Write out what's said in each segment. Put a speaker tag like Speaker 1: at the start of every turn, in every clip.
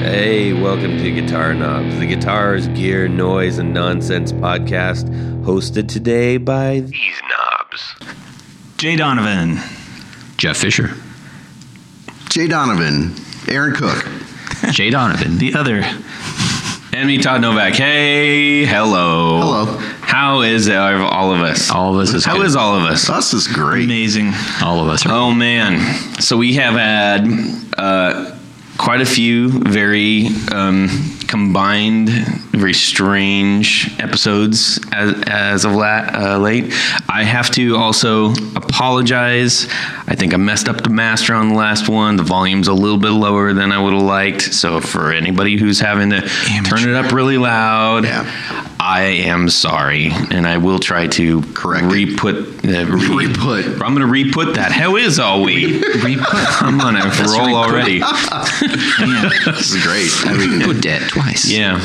Speaker 1: Hey, welcome to Guitar Knobs, the guitars, gear, noise, and nonsense podcast, hosted today by these knobs.
Speaker 2: Jay Donovan.
Speaker 3: Jeff Fisher.
Speaker 4: Jay Donovan, Aaron Cook.
Speaker 3: Jay Donovan.
Speaker 2: The other.
Speaker 5: And me, Todd Novak. Hey, hello.
Speaker 4: Hello.
Speaker 5: How is it, all of us?
Speaker 3: All of us is
Speaker 5: How
Speaker 3: good.
Speaker 5: is all of us?
Speaker 4: Us is great.
Speaker 2: Amazing.
Speaker 3: All of us are.
Speaker 5: Oh man! So we have had uh, quite a few very um, combined, very strange episodes as, as of la- uh, late. I have to also apologize. I think I messed up the master on the last one. The volume's a little bit lower than I would have liked. So for anybody who's having to turn it up really loud.
Speaker 4: Yeah.
Speaker 5: I am sorry, and I will try to
Speaker 4: Correct it.
Speaker 5: re-put, uh, re-
Speaker 4: Re-put.
Speaker 5: I'm gonna re-put that. How is all we? I'm on a roll already.
Speaker 4: This is great. I mean,
Speaker 3: Good dead twice.
Speaker 5: Yeah.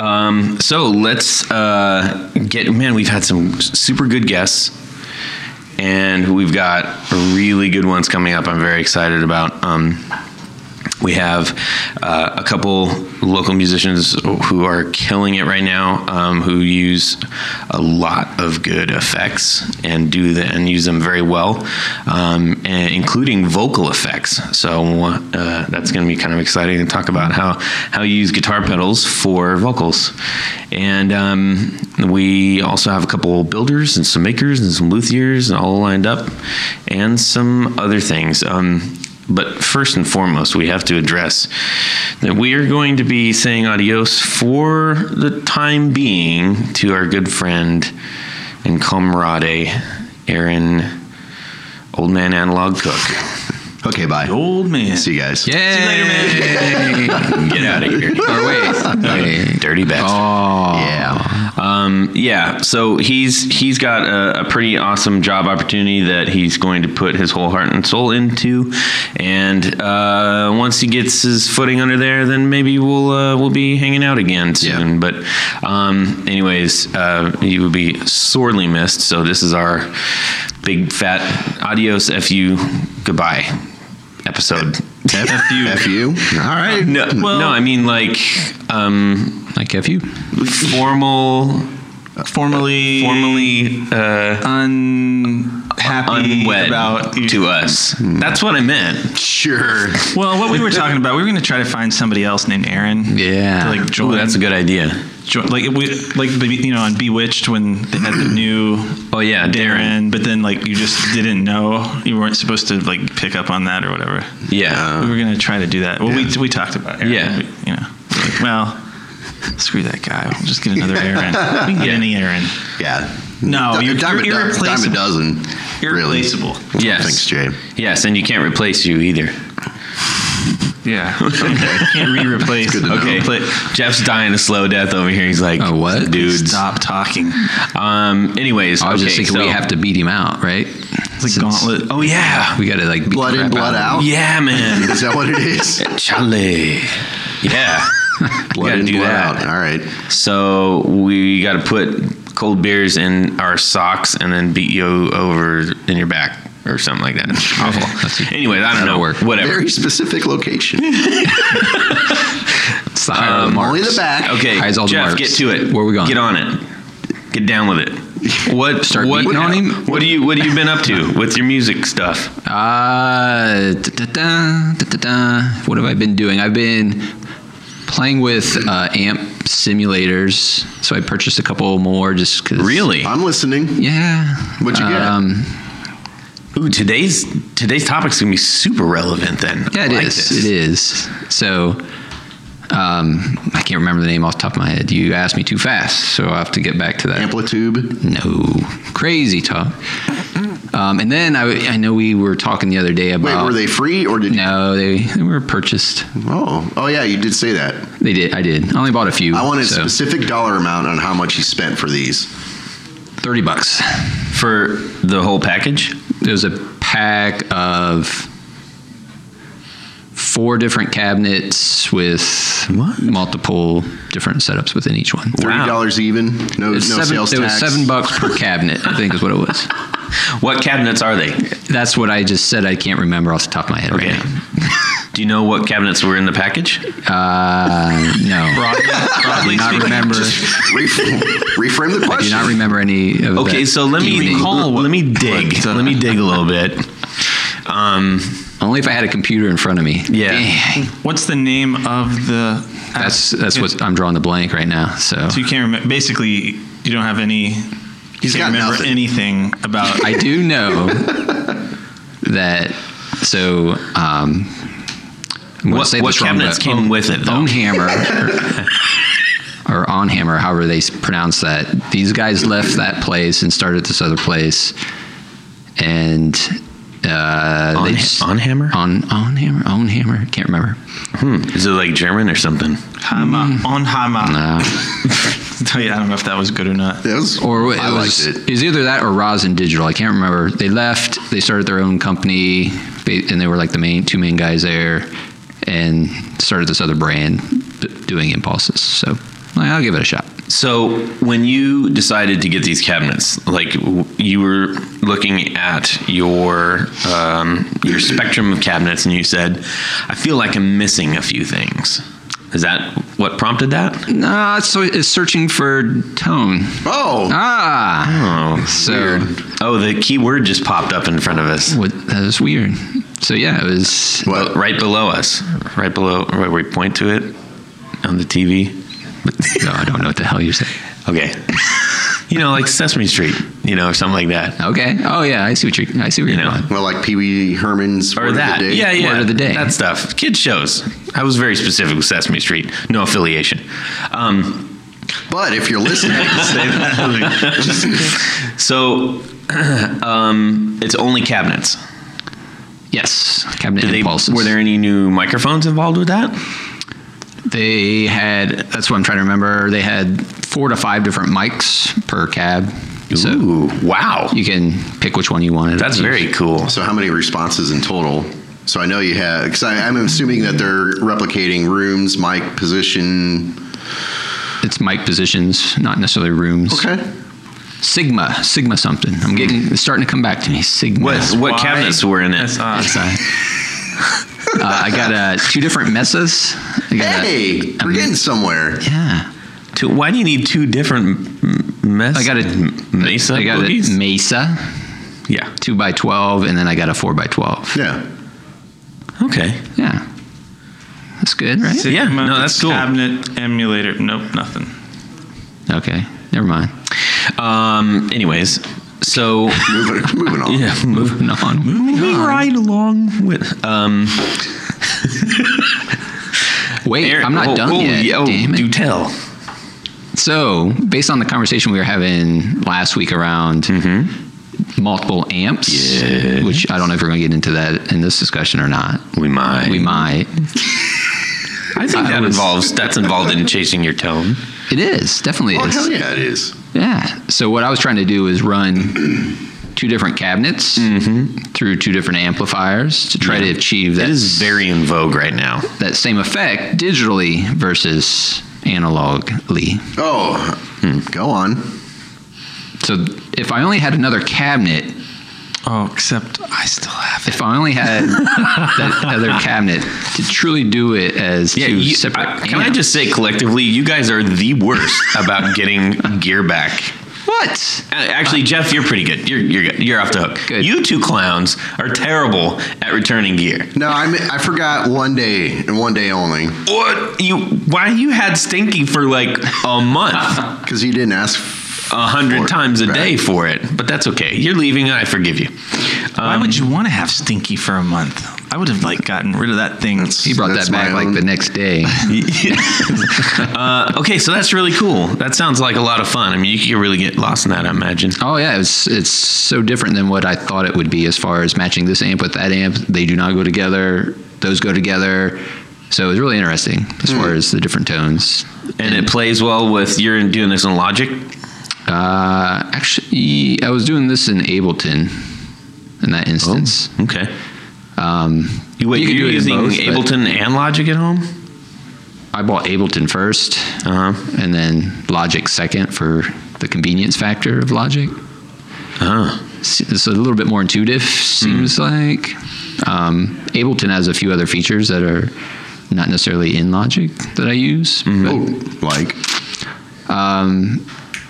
Speaker 5: Um, so let's uh, get. Man, we've had some super good guests, and we've got really good ones coming up. I'm very excited about. Um, we have uh, a couple local musicians who are killing it right now, um, who use a lot of good effects and do the, and use them very well, um, and including vocal effects. So uh, that's going to be kind of exciting to talk about how how you use guitar pedals for vocals, and um, we also have a couple builders and some makers and some luthiers and all lined up, and some other things. Um, but first and foremost, we have to address that we are going to be saying adios for the time being to our good friend and comrade, Aaron Old Man Analog Cook.
Speaker 4: okay, bye.
Speaker 2: Old man.
Speaker 4: See you guys.
Speaker 3: Yay.
Speaker 5: Get out of here.
Speaker 3: Or wait. Wait.
Speaker 5: Dirty bastard.
Speaker 4: Yeah.
Speaker 5: Um, yeah, so he's he's got a, a pretty awesome job opportunity that he's going to put his whole heart and soul into, and uh, once he gets his footing under there, then maybe we'll uh, we'll be hanging out again soon. But um, anyways, uh, he will be sorely missed. So this is our big fat adios, fu, goodbye episode.
Speaker 4: F you. F you. All right.
Speaker 5: No, no, I mean like um,
Speaker 3: Like have you?
Speaker 5: formal,
Speaker 2: Formally.
Speaker 5: formally. Uh,
Speaker 2: unhappy
Speaker 5: unwed
Speaker 2: about.
Speaker 5: to us. That's what I meant.
Speaker 4: Sure.
Speaker 2: Well, what we were talking about, we were going to try to find somebody else named Aaron.
Speaker 3: Yeah.
Speaker 2: To like join.
Speaker 5: Ooh, that's a good idea.
Speaker 2: join- like we, like you know, on Bewitched when they had the new.
Speaker 5: Oh yeah, Darren.
Speaker 2: Darren, but then like you just didn't know you weren't supposed to like pick up on that or whatever.
Speaker 5: Yeah.
Speaker 2: we were gonna try to do that. Well, we, we talked about Aaron.
Speaker 5: Yeah.
Speaker 2: We, you know, like, well, screw that guy. We'll just get another Aaron. We can get any Aaron.
Speaker 4: Yeah.
Speaker 2: No,
Speaker 4: Di-
Speaker 2: you're,
Speaker 4: dime,
Speaker 2: you're
Speaker 4: a do- dime a
Speaker 2: irreplaceable.
Speaker 4: dozen. Really.
Speaker 2: Irreplaceable.
Speaker 5: yes.
Speaker 4: Oh, Thanks, Jay.
Speaker 5: Yes, and you can't replace you either.
Speaker 2: Yeah. Can't re-replace.
Speaker 4: good to know.
Speaker 2: Okay.
Speaker 4: Okay.
Speaker 2: But
Speaker 5: Jeff's dying a slow death over here. He's like,
Speaker 3: A what?
Speaker 5: dudes?
Speaker 2: stop talking.
Speaker 5: Um. Anyways,
Speaker 3: I was
Speaker 5: okay,
Speaker 3: just thinking
Speaker 5: so,
Speaker 3: we have to beat him out, right?
Speaker 2: It's a gauntlet.
Speaker 5: Oh yeah. Oh,
Speaker 3: We got to like beat
Speaker 4: Blood
Speaker 3: the
Speaker 4: in,
Speaker 3: crap
Speaker 4: blood
Speaker 3: out.
Speaker 4: out.
Speaker 5: Yeah, man.
Speaker 4: Is that what it is?
Speaker 5: Charlie. Yeah.
Speaker 4: Blood
Speaker 5: gotta
Speaker 4: in,
Speaker 5: do
Speaker 4: blood
Speaker 5: that.
Speaker 4: out. All right.
Speaker 5: So we got to put cold beers in our socks and then beat you over in your back or something like that. Awful. Anyways, I don't
Speaker 3: That'll
Speaker 5: know.
Speaker 3: work.
Speaker 5: Whatever.
Speaker 4: Very specific location.
Speaker 3: It's the higher of the marks.
Speaker 4: Only the back.
Speaker 5: Okay,
Speaker 3: Eyes all the
Speaker 5: Jeff,
Speaker 3: marks.
Speaker 5: get to it.
Speaker 3: Where we going?
Speaker 5: Get on it. Get down with it. What?
Speaker 3: Start
Speaker 5: what,
Speaker 3: beating on him?
Speaker 5: What do you What have you been up to with your music stuff?
Speaker 3: Uh, da-da-da, da-da-da. What have I been doing? I've been playing with uh, amp simulators. So I purchased a couple more just because.
Speaker 4: I'm listening.
Speaker 3: Yeah.
Speaker 4: What'd you get?
Speaker 3: Um,
Speaker 5: Ooh, today's today's topic's gonna be super relevant. Then.
Speaker 3: Yeah,
Speaker 5: I
Speaker 3: it is.
Speaker 5: like this.
Speaker 3: It is. So um, I can't remember the name off the top of my head. You asked me too fast, so I'll have to get back to that.
Speaker 4: Amplitude.
Speaker 3: no, crazy talk. Um, and then I, I know we were talking the other day
Speaker 4: Wait,
Speaker 3: about.
Speaker 4: were they free or did
Speaker 3: No, they, they were purchased.
Speaker 4: you? Oh. Oh, yeah. You did say that.
Speaker 3: They did. I did. I only bought a few.
Speaker 4: I want a
Speaker 3: so
Speaker 4: specific dollar amount on how much he spent for these.
Speaker 3: thirty bucks.
Speaker 5: for the whole package.
Speaker 3: It was a pack of four different cabinets with
Speaker 5: What?
Speaker 3: multiple different setups within each one.
Speaker 4: Thirty dollars even. No, no
Speaker 3: It's seven,
Speaker 4: sales
Speaker 3: it was
Speaker 4: tax.
Speaker 3: seven bucks per cabinet, I think is what it was.
Speaker 5: What cabinets are they?
Speaker 3: That's what I just said. I can't remember off the top of my head right now.
Speaker 5: Do you know what cabinets were in the package?
Speaker 3: Uh, no.
Speaker 2: Broadly,
Speaker 3: I
Speaker 2: broadly
Speaker 3: do not
Speaker 2: speaking,
Speaker 3: remember.
Speaker 4: Reframe, reframe the
Speaker 3: I do
Speaker 4: question.
Speaker 3: not remember any of
Speaker 5: Okay,
Speaker 3: that
Speaker 5: so let me
Speaker 3: evening.
Speaker 5: recall. What, let me dig.
Speaker 2: what, uh,
Speaker 5: let me dig a little bit. Um,
Speaker 3: Only if I had a computer in front of me.
Speaker 5: Yeah.
Speaker 3: Dang.
Speaker 2: What's the name of the?
Speaker 3: That's that's what I'm drawing the blank right now. So
Speaker 2: So you can't remember. Basically, you don't have any.
Speaker 4: got
Speaker 2: You can't remember
Speaker 4: nothing.
Speaker 2: anything about.
Speaker 3: I do know that. So um, I'm gonna
Speaker 5: What-
Speaker 3: say
Speaker 5: what
Speaker 3: this wrong,
Speaker 5: cabinets
Speaker 3: but
Speaker 5: came with it, though?
Speaker 3: On hammer. Or on hammer, however they s- pronounce that. These guys left that place and started this other place, and uh,
Speaker 5: on,
Speaker 3: they just,
Speaker 5: on hammer?
Speaker 3: on on hammer on hammer. Can't remember.
Speaker 5: Is it like German or something?
Speaker 2: Hama, on Hama.
Speaker 3: Uh,
Speaker 2: I don't know if that was good or not.
Speaker 4: That was,
Speaker 3: or it
Speaker 4: I
Speaker 3: was
Speaker 4: liked
Speaker 3: it.
Speaker 4: it.
Speaker 3: was either that or Rosin Digital. I can't remember. They left. They started their own company, they, and they were like the main two main guys there, and started this other brand b- doing impulses. So like, I'll give it a shot.
Speaker 5: So when you decided to get these cabinets, like w- you were looking at your um, your spectrum of cabinets, and you said, "I feel like I'm missing a few things." Is that what prompted that?
Speaker 3: Nah, so it's searching for tone.
Speaker 4: Oh,
Speaker 3: Ah,
Speaker 5: Oh,
Speaker 3: so
Speaker 5: oh, the key word just popped up in front of us,
Speaker 3: what, that was weird. So yeah, it was.
Speaker 5: Well, right below us, right below where we point to it on the TV.
Speaker 3: no, I don't know what the hell you're saying.
Speaker 5: Okay, you know, like Sesame Street, you know, or something like that.
Speaker 3: Okay. Oh yeah, I see what you're. I see what you're
Speaker 5: You know.
Speaker 3: doing.
Speaker 4: well, like Pee Wee Herman's
Speaker 5: or
Speaker 4: Word of
Speaker 5: that.
Speaker 4: the Day.
Speaker 5: Yeah, yeah.
Speaker 3: Word of the day.
Speaker 5: That stuff. Kid shows. I was very specific with Sesame Street. No affiliation. Um,
Speaker 4: But if you're listening,
Speaker 5: so um, it's only cabinets.
Speaker 3: Yes, cabinet
Speaker 5: Did they,
Speaker 3: impulses.
Speaker 5: were there any new microphones involved with that?
Speaker 3: They had, that's what I'm trying to remember, they had four to five different mics per cab. So
Speaker 5: Ooh, wow.
Speaker 3: you can pick which one you wanted.
Speaker 5: That's very cool.
Speaker 4: so how many responses in total? So I know you had, because I'm assuming that they're replicating rooms, mic, position.
Speaker 3: It's mic positions, not necessarily rooms.
Speaker 4: Okay.
Speaker 3: Sigma, Sigma something. I'm getting, it's starting to come back to me. Sigma.
Speaker 5: What, what
Speaker 2: why-
Speaker 5: cabinets were in it?
Speaker 2: That's odd.
Speaker 3: It's, uh, uh, I got uh, two different mesas. I got a-
Speaker 4: Hey,
Speaker 3: a
Speaker 4: we're
Speaker 3: me-
Speaker 4: getting somewhere.
Speaker 3: yeah.
Speaker 5: Two- why do you need two different m- mess?
Speaker 3: I got a
Speaker 5: m- Mesa
Speaker 3: I got
Speaker 5: cookies?
Speaker 3: a mesa,
Speaker 5: yeah.
Speaker 3: two by twelve, and then I got a four by twelve.
Speaker 4: Yeah.
Speaker 5: Okay.
Speaker 3: Yeah, that's good, right?
Speaker 5: Yeah, no, that's cool.
Speaker 2: Cabinet emulator. Nope, nothing.
Speaker 3: Okay, never mind.
Speaker 5: Um, anyways, so
Speaker 4: Moving, moving on.
Speaker 5: yeah, move,
Speaker 3: Moving on.
Speaker 5: moving right along with um
Speaker 3: Wait,
Speaker 5: Aaron-
Speaker 3: I'm not
Speaker 5: oh,
Speaker 3: done
Speaker 5: oh,
Speaker 3: yet.
Speaker 5: yeah, oh,
Speaker 3: damn it.
Speaker 5: do tell
Speaker 3: So, based on the conversation we were having last week around multiple amps,
Speaker 5: Mm-hmm. Yes.
Speaker 3: which I don't know if we're going to get into that in this discussion or not.
Speaker 5: we might
Speaker 3: We might.
Speaker 5: i think
Speaker 3: I
Speaker 5: that
Speaker 3: was-
Speaker 5: involves that's involved in chasing your tone
Speaker 3: It is definitely
Speaker 4: Oh,
Speaker 3: is.
Speaker 4: hell yeah, it is.
Speaker 3: Yeah. So what I was trying to do is run two different cabinets through two different amplifiers to try
Speaker 5: Mm-hmm. Yeah.
Speaker 3: to achieve that
Speaker 5: it is very in vogue right now
Speaker 3: that same effect digitally versus analogly.
Speaker 4: Oh, go on.
Speaker 3: So if I only had another cabinet
Speaker 2: Oh, except I still have
Speaker 3: If I only had that other cabinet to truly do it as
Speaker 5: yeah
Speaker 3: two
Speaker 5: you-
Speaker 3: separate.
Speaker 5: I- can i
Speaker 3: amps.
Speaker 5: just say collectively you guys are the worst about getting gear back
Speaker 3: what?
Speaker 5: A- Actually, Jeff, you're pretty good. You're you're good. you're off the hook.
Speaker 3: Uh, Good.
Speaker 5: You two clowns are terrible at returning gear.
Speaker 4: No, I mi- I forgot one day and one day only
Speaker 5: What you? Why you had Stinky for like a month?
Speaker 4: because you didn't ask.
Speaker 5: a
Speaker 4: for
Speaker 5: hundred
Speaker 4: it,
Speaker 5: times a
Speaker 4: right?
Speaker 5: day for it, but that's okay. You're leaving, and I forgive you.
Speaker 2: Why would you want to have Stinky for a month? I would have like gotten rid of that thing.
Speaker 3: He brought
Speaker 4: That's
Speaker 3: that back
Speaker 4: my
Speaker 3: like
Speaker 4: own-
Speaker 3: the next day.
Speaker 5: Uh, okay, so that's really cool. That sounds like a lot of fun. I mean, you could really get lost in that, I imagine.
Speaker 3: Oh yeah, it's it's so different than what I thought it would be as far as matching this amp with that amp. They do not go together. Those go together. So it was really interesting as far
Speaker 4: Hmm.
Speaker 3: as the different tones.
Speaker 5: And it plays well with you're doing this in Logic.
Speaker 3: Uh, actually, I was doing this in Ableton in that instance.
Speaker 5: Okay.
Speaker 4: Oh.
Speaker 3: Um,
Speaker 5: You, wait,
Speaker 3: You
Speaker 5: you
Speaker 3: could
Speaker 5: are
Speaker 3: do it in
Speaker 5: using
Speaker 3: both, but-
Speaker 5: Ableton and Logic at home?
Speaker 3: I bought Ableton first.
Speaker 4: Uh-huh.
Speaker 5: Uh huh.
Speaker 3: and then Logic second for the convenience factor of Logic.
Speaker 4: Ah.
Speaker 5: Uh huh.
Speaker 3: S- It's a little bit more intuitive,
Speaker 4: Hmm.
Speaker 3: seems like. Um, Ableton has a few other features that are not necessarily in Logic that I use.
Speaker 4: Oh, like
Speaker 3: But, um,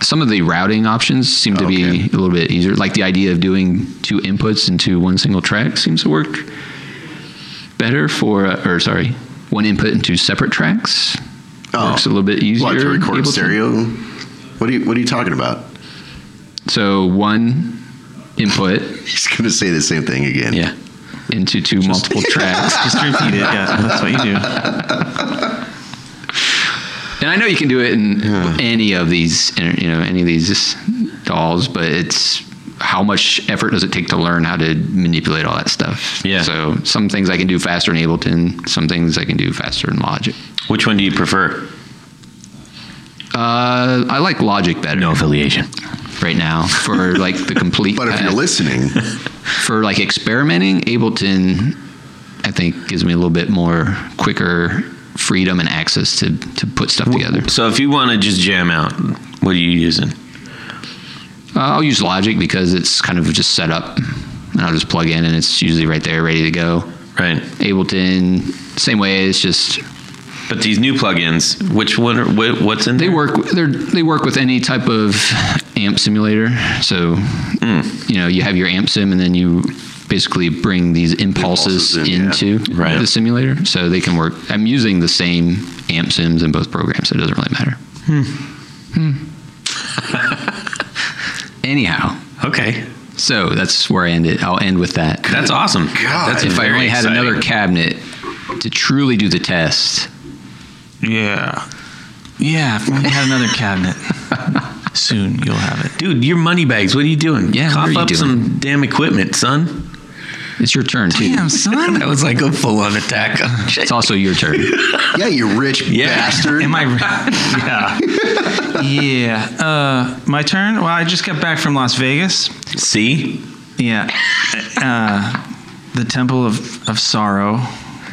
Speaker 3: some of the routing options seem to
Speaker 4: Okay.
Speaker 3: be a little bit easier. Like the idea of doing two inputs into one single track seems to work better for, uh, or sorry, one input into separate tracks.
Speaker 4: Oh.
Speaker 3: Works a little bit easier.
Speaker 4: like to record
Speaker 3: Ableton.
Speaker 4: stereo. What are you What are you talking about?
Speaker 3: So one input
Speaker 4: He's going to say the same thing again.
Speaker 5: Yeah.
Speaker 3: into two multiple tracks.
Speaker 2: Just repeat it. Yeah, that's what you do.
Speaker 3: And I know you can do it in any of these, you know, any of these dolls, but it's how much effort does it take to learn how to manipulate all that stuff?
Speaker 5: Yeah.
Speaker 3: So some things I can do faster in Ableton, some things I can do faster in Logic.
Speaker 5: Which one do you prefer?
Speaker 3: Uh, I like Logic better
Speaker 5: affiliation.
Speaker 3: right now for like the complete.
Speaker 4: But if
Speaker 3: path.
Speaker 4: you're listening,
Speaker 3: for like experimenting, Ableton, I think, gives me a little bit more quicker freedom and access to to put stuff together.
Speaker 5: So if you want to just jam out, what are you using?
Speaker 3: Uh, I'll use Logic because it's kind of just set up, and I'll just plug in, and it's usually right there, ready to go.
Speaker 5: Right.
Speaker 3: Ableton, same way. It's just
Speaker 5: But these new plugins, which one? Are, wh- what's in
Speaker 3: they
Speaker 5: there?
Speaker 3: work. They they work with any type of amp simulator. So you know, you have your amp sim, and then you basically bring these impulses,
Speaker 4: Impulses in, yeah.
Speaker 3: into
Speaker 5: Right.
Speaker 3: the simulator, so they can work. I'm using the same amp sims in both programs, so it doesn't really matter. Hmm. Anyhow,
Speaker 5: Okay,
Speaker 3: so that's where I end it. I'll end with that.
Speaker 5: that's awesome.
Speaker 4: God.
Speaker 5: Oh, that's
Speaker 3: if I
Speaker 5: very
Speaker 3: only had
Speaker 5: exciting.
Speaker 3: another cabinet to truly do the test,
Speaker 2: Yeah. Yeah, if only you had another cabinet. Soon you'll have it.
Speaker 5: dude, your money bags. What are you doing?
Speaker 3: Yeah, what
Speaker 5: cough
Speaker 3: are you
Speaker 5: up
Speaker 3: doing?
Speaker 5: some damn equipment, son.
Speaker 3: it's your turn too.
Speaker 2: Damn, son.
Speaker 5: That was like a full-on attack.
Speaker 3: It's also your turn.
Speaker 4: yeah, you rich
Speaker 5: Yeah.
Speaker 4: bastard.
Speaker 2: Am I? Re- yeah. Yeah. Uh, my turn. Well, I just got back from Las Vegas.
Speaker 5: See,
Speaker 2: Yeah. Uh, the temple of, of sorrow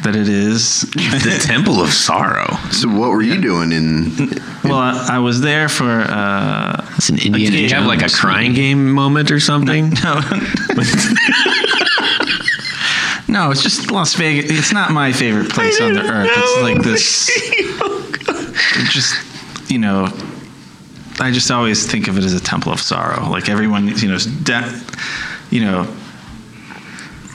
Speaker 2: that it is.
Speaker 5: the temple of sorrow.
Speaker 4: so what were you doing in?
Speaker 2: Well, I, I was there for. Uh,
Speaker 3: It's an
Speaker 5: Like,
Speaker 3: Indian.
Speaker 5: did you have like a
Speaker 3: Jones.
Speaker 5: crying game moment or something?
Speaker 2: no. no, it's just Las Vegas. It's not my favorite place on the earth. It's like this. it just, you know. I just always think of it as a temple of sorrow. Like everyone, you know, is de- you know.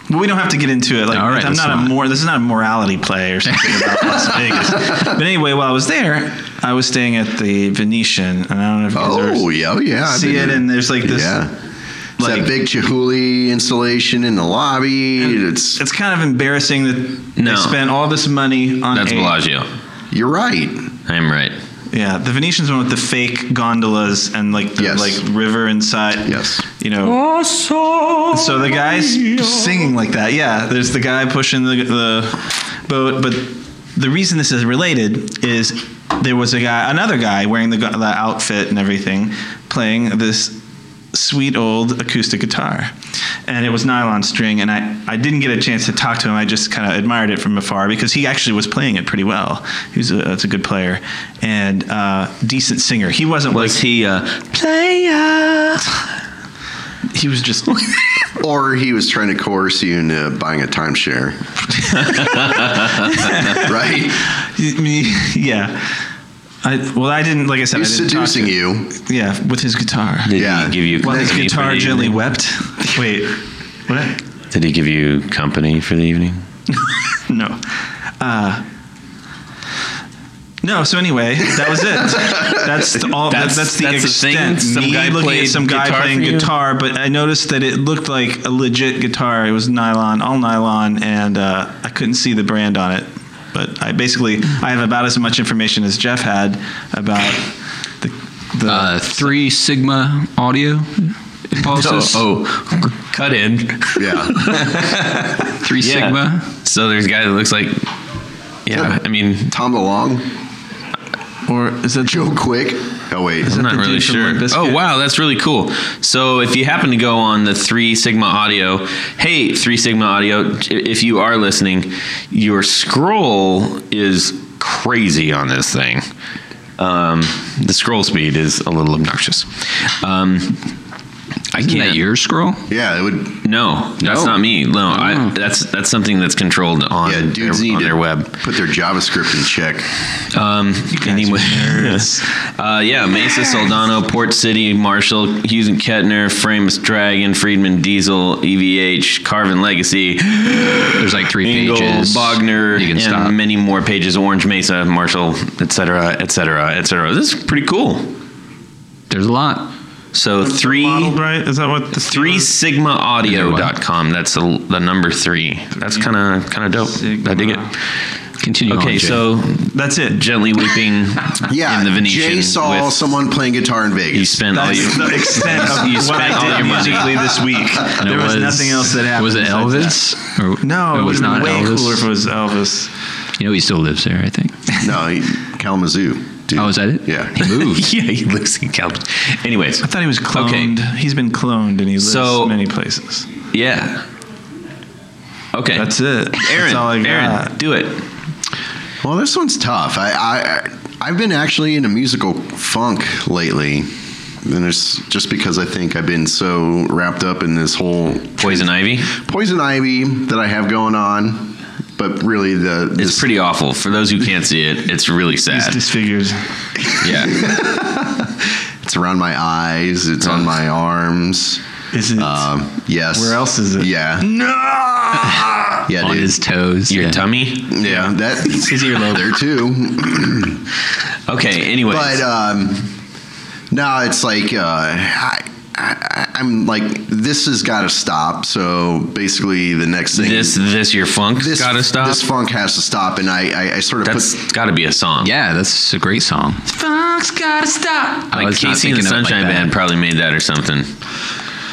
Speaker 2: We don't have to get into it. Like
Speaker 3: All right,
Speaker 2: I'm
Speaker 3: let's
Speaker 2: not a
Speaker 3: not.
Speaker 2: more. This is not a morality play or something about Las Vegas. But anyway, while I was there, I was staying at the Venetian, and I don't know if you guys ever
Speaker 4: Oh yeah, oh, yeah. I've
Speaker 2: see
Speaker 4: been
Speaker 2: it,
Speaker 4: there.
Speaker 2: and there's like this.
Speaker 4: yeah. It's
Speaker 2: like-
Speaker 4: that big Chihuly installation in the lobby. It's
Speaker 2: It's kind of embarrassing that
Speaker 5: No.
Speaker 2: they spent all this money on.
Speaker 5: That's
Speaker 2: a-
Speaker 5: Bellagio.
Speaker 4: you're right.
Speaker 5: I'm right.
Speaker 2: Yeah, the Venetian's one with the fake gondolas and like the
Speaker 4: Yes.
Speaker 2: like river inside.
Speaker 4: Yes.
Speaker 2: You know. So the guy's singing like that. Yeah, there's the guy pushing the, the boat, but the reason this is related is there was a guy, another guy wearing the, go- the outfit and everything, playing this sweet old acoustic guitar. And it was nylon string, and I, I didn't get a chance to talk to him. I just kind of admired it from afar because he actually was playing it pretty well. He's a, that's a good player and uh, decent singer. He wasn't
Speaker 5: Was
Speaker 2: like
Speaker 5: he uh, player?
Speaker 2: he was just
Speaker 4: Or he was trying to coerce you into buying a timeshare. right?
Speaker 2: me. Yeah. I, well, I didn't. Like I said,
Speaker 4: He's
Speaker 2: I didn't talk
Speaker 4: seducing
Speaker 2: to-
Speaker 4: you.
Speaker 2: Yeah, with his guitar.
Speaker 5: Did
Speaker 4: Yeah.
Speaker 5: he give you?
Speaker 2: While his
Speaker 5: company for
Speaker 2: guitar
Speaker 5: the
Speaker 2: gently
Speaker 5: evening?
Speaker 2: wept. Wait, what?
Speaker 5: Did he give you company for the evening?
Speaker 2: No. Uh, no. So anyway, that was it. That's the, all.
Speaker 5: That's-
Speaker 2: That's, that's the
Speaker 5: that's the thing?
Speaker 2: extent.
Speaker 5: Some
Speaker 2: Me
Speaker 5: guy
Speaker 2: looking at
Speaker 5: played
Speaker 2: some guy
Speaker 5: guitar
Speaker 2: playing
Speaker 5: for you?
Speaker 2: guitar, but I noticed that it looked like a legit guitar. It was nylon, all nylon, and uh, I couldn't see the brand on it. But I basically I have about as much information as Jeff had about the. the
Speaker 3: Uh, three Sigma audio impulses.
Speaker 5: oh, cut in.
Speaker 4: Yeah.
Speaker 3: Three
Speaker 5: Yeah.
Speaker 3: Sigma.
Speaker 5: So there's a guy that looks like, yeah. I mean,
Speaker 4: Tom DeLong,
Speaker 2: or is that
Speaker 4: Joe Quick. Oh, wait.
Speaker 5: I'm
Speaker 2: the
Speaker 5: not really
Speaker 2: dude from
Speaker 5: sure.
Speaker 2: Limp Bizkit?
Speaker 5: Oh wow, that's really cool. So if you happen to go on the Three Sigma Audio, hey Three Sigma Audio, if you are listening, your scroll is crazy on this thing. Um, the scroll speed is a little obnoxious. Um, I
Speaker 3: Isn't
Speaker 5: can't.
Speaker 3: that your scroll?
Speaker 4: Yeah, it would.
Speaker 5: No, that's
Speaker 3: No.
Speaker 5: not me. No,
Speaker 3: Oh.
Speaker 5: I, that's that's something that's controlled on
Speaker 4: Mm. Yeah,
Speaker 5: their,
Speaker 4: dudes need
Speaker 5: on
Speaker 4: to
Speaker 5: their web.
Speaker 4: Put their JavaScript in check.
Speaker 5: Um,
Speaker 2: guys
Speaker 5: anyway,
Speaker 2: are nerds.
Speaker 5: uh, yeah, Mesa, Soldano, Port City, Marshall, Hughes and Kettner, Frames Dragon, Friedman, Diesel, EVH, Carvin Legacy,
Speaker 3: There's like three
Speaker 5: Engel,
Speaker 3: pages.
Speaker 5: Bogner,
Speaker 3: You can
Speaker 5: and
Speaker 3: stop.
Speaker 5: many more pages. Orange Mesa, Marshall, etc., etc., etc. This is pretty cool.
Speaker 3: There's a lot.
Speaker 5: So three.
Speaker 2: Modeled right? Is that what the
Speaker 5: Three sigma audio.com that's the, the number three that's kind of kind of dope i dig
Speaker 2: Sigma.
Speaker 5: it
Speaker 3: Continue.
Speaker 5: okay
Speaker 3: on, Jay.
Speaker 5: so
Speaker 2: That's it.
Speaker 5: gently weeping
Speaker 4: Yeah,
Speaker 5: in the venetian
Speaker 4: Jay saw
Speaker 5: with-
Speaker 4: someone playing guitar in Vegas.
Speaker 5: you spent all
Speaker 2: That's
Speaker 5: your
Speaker 2: the extent of
Speaker 5: You
Speaker 2: what
Speaker 5: spent all
Speaker 2: I
Speaker 5: your
Speaker 2: did
Speaker 5: money.
Speaker 2: musically this week.
Speaker 5: it
Speaker 2: there was,
Speaker 5: was-
Speaker 2: nothing else that happened.
Speaker 3: was it
Speaker 2: besides that.
Speaker 3: Elvis? Or-
Speaker 2: No, it,
Speaker 3: it was
Speaker 2: would
Speaker 3: not
Speaker 2: way
Speaker 3: Elvis.
Speaker 2: cooler if it was Elvis.
Speaker 3: you know, he still lives there, I think.
Speaker 4: No, he, Kalamazoo. Dude.
Speaker 3: Oh, is that it?
Speaker 4: Yeah.
Speaker 3: He moved.
Speaker 5: yeah he lives in Calgary. anyways
Speaker 2: I thought he was cloned. He's been cloned and he lives
Speaker 5: So-
Speaker 2: many places.
Speaker 5: yeah okay
Speaker 2: That's it.
Speaker 5: eh, aaron
Speaker 2: That's all I got.
Speaker 5: aaron do it
Speaker 4: Well, this one's tough. I, I I've been actually in a musical funk lately, and it's just because I think I've been so wrapped up in this whole
Speaker 5: poison ivy
Speaker 4: poison ivy that I have going on. But really, the
Speaker 5: it's
Speaker 4: this,
Speaker 5: pretty awful for those who can't see it it's really
Speaker 2: He's
Speaker 5: sad
Speaker 2: disfigured.
Speaker 5: yeah
Speaker 4: it's around my eyes. It's on my arms.
Speaker 2: Is it?
Speaker 4: Um, yes.
Speaker 2: Where else is it?
Speaker 4: Yeah.
Speaker 2: No.
Speaker 4: Yeah,
Speaker 3: on
Speaker 4: dude.
Speaker 3: his toes.
Speaker 5: your
Speaker 3: yeah.
Speaker 5: tummy
Speaker 4: yeah, that is
Speaker 5: earlobe.
Speaker 4: there too.
Speaker 5: okay anyways
Speaker 4: But um, no, it's like uh, I, I, I'm like this has got to stop. So basically, the next thing
Speaker 5: this this your funk
Speaker 4: this
Speaker 5: gotta stop
Speaker 4: This funk has to stop, and I I, I sort of put
Speaker 5: That's got to be a song.
Speaker 3: Yeah, that's a great song. Funk's gotta stop.
Speaker 5: Like Casey and the Sunshine Band probably made that or something.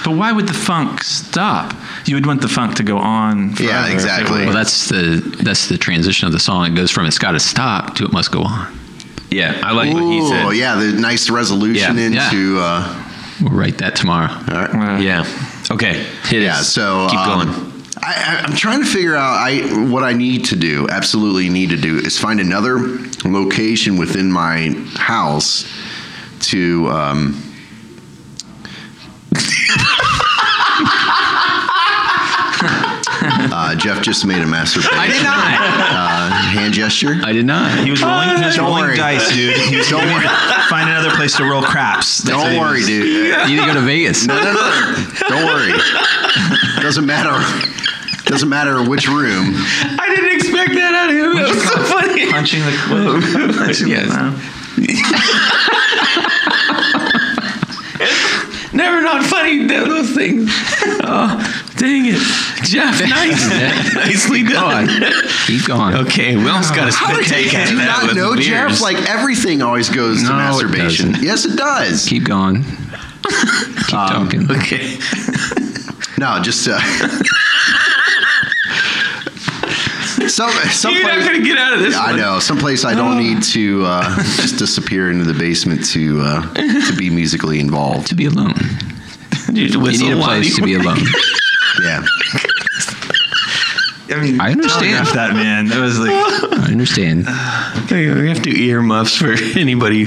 Speaker 2: But why would the funk stop? You would want the funk to go on. Forever
Speaker 4: Yeah,
Speaker 2: if it
Speaker 4: exactly.
Speaker 2: were-
Speaker 3: Well, that's the that's the transition of the song. It goes from it's gotta stop to it must go on.
Speaker 5: Yeah, I like what he
Speaker 4: ooh
Speaker 5: said.
Speaker 4: yeah the nice resolution
Speaker 5: Yeah,
Speaker 3: yeah.
Speaker 4: into uh,
Speaker 3: We'll write that tomorrow.
Speaker 2: Uh,
Speaker 5: Yeah. Okay. Hit
Speaker 4: yeah.
Speaker 5: us.
Speaker 4: So
Speaker 5: keep
Speaker 4: um,
Speaker 5: going.
Speaker 4: I, I, I'm trying to figure out I what I need to do. Absolutely need to do is find another location within my house to. Um, Uh, Jeff just made a masturbation
Speaker 3: not.
Speaker 4: Uh, hand gesture.
Speaker 3: I did not.
Speaker 2: He was rolling, he was
Speaker 4: Don't
Speaker 2: rolling
Speaker 4: worry.
Speaker 2: dice, dude. He was
Speaker 4: Don't
Speaker 2: going
Speaker 4: worry.
Speaker 2: to find another place to roll craps. That's what
Speaker 4: Don't
Speaker 2: he
Speaker 4: worry,
Speaker 2: was-
Speaker 4: dude.
Speaker 3: You need to go to Vegas.
Speaker 4: No, no, no. Don't worry. Doesn't matter. Doesn't matter which room.
Speaker 5: I didn't expect that out of him. That was so funny.
Speaker 2: Punching the what- punching
Speaker 5: Yes.
Speaker 2: the
Speaker 5: Never not funny those things. Oh, dang it, Jeff. Nice, nicely done.
Speaker 3: Keep going.
Speaker 5: Okay, Will's got a
Speaker 4: How
Speaker 5: spit
Speaker 4: did
Speaker 5: take
Speaker 4: do
Speaker 5: on
Speaker 4: you
Speaker 5: that
Speaker 4: not
Speaker 5: with
Speaker 4: know,
Speaker 5: beers.
Speaker 4: Jeff? Like everything always goes to
Speaker 3: No, it
Speaker 4: masturbation.
Speaker 3: doesn't.
Speaker 4: yes, it does.
Speaker 3: Keep going. Keep talking.
Speaker 5: Um, okay.
Speaker 4: No, just uh, some
Speaker 5: You're not
Speaker 4: someplace.
Speaker 5: gonna get out of this.
Speaker 4: I
Speaker 5: one. Oh.
Speaker 4: know someplace I don't need to uh, just disappear into the basement to uh, to be musically involved.
Speaker 3: To be alone.
Speaker 5: You
Speaker 3: You need a place to be alone.
Speaker 4: Yeah,
Speaker 2: I mean,
Speaker 3: I understand.
Speaker 2: telegraph that man. That was like
Speaker 3: I understand.
Speaker 5: Okay, we have to do earmuffs for anybody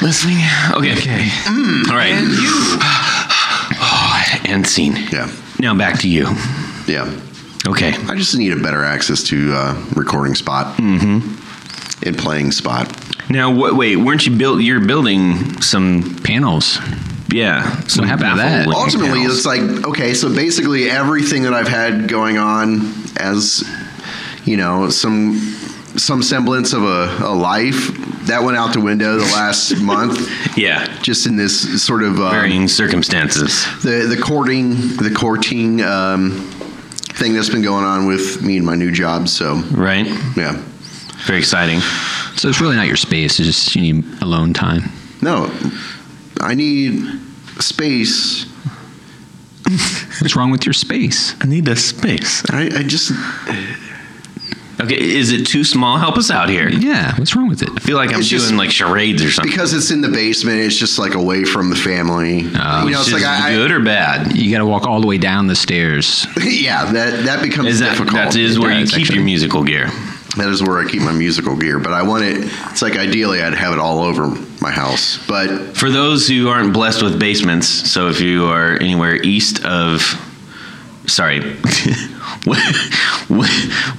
Speaker 5: listening. Okay. Okay. All right. And you. Oh, end scene.
Speaker 4: yeah,
Speaker 5: Now back to you.
Speaker 4: yeah.
Speaker 5: Okay.
Speaker 4: I just need a better access to uh, recording spot mm-hmm. and playing spot.
Speaker 5: Now, what, wait, weren't you built? You're building some,
Speaker 3: Panels.
Speaker 5: yeah. Some
Speaker 3: happened
Speaker 5: baffle
Speaker 3: to that?
Speaker 5: looking
Speaker 4: Ultimately,
Speaker 5: panels.
Speaker 4: it's like okay, so basically everything that I've had going on as you know some some semblance of a, a life that went out the window the last month,
Speaker 5: yeah,
Speaker 4: just in this sort of um,
Speaker 5: varying circumstances.
Speaker 4: the the courting the courting um, thing that's been going on with me and my new job. So
Speaker 5: Right.
Speaker 4: yeah,
Speaker 5: Very exciting.
Speaker 3: So it's really not your space. It's just you need alone time.
Speaker 4: no, I need space.
Speaker 3: What's wrong with your space?
Speaker 5: I need a space.
Speaker 4: I, I just
Speaker 5: Okay, is it too small? Help us out here. I
Speaker 3: Yeah. What's wrong with it?
Speaker 5: feel like I'm
Speaker 4: It's just-
Speaker 5: doing like charades or something.
Speaker 4: because it's in the basement. It's just like away from the family. you know, it's
Speaker 5: Oh, Is
Speaker 4: like
Speaker 5: it
Speaker 4: I, I-
Speaker 5: good or bad?
Speaker 3: You got to walk all the way down the stairs.
Speaker 4: yeah, that that becomes
Speaker 5: Is that
Speaker 4: difficult.
Speaker 5: that is where you
Speaker 3: does,
Speaker 5: keep
Speaker 3: actually.
Speaker 5: your musical gear?
Speaker 4: That is where I keep my musical gear, but I want it. It's like ideally I'd have it all over my house, but
Speaker 5: For those who aren't blessed with basements, so if you are anywhere east of, sorry,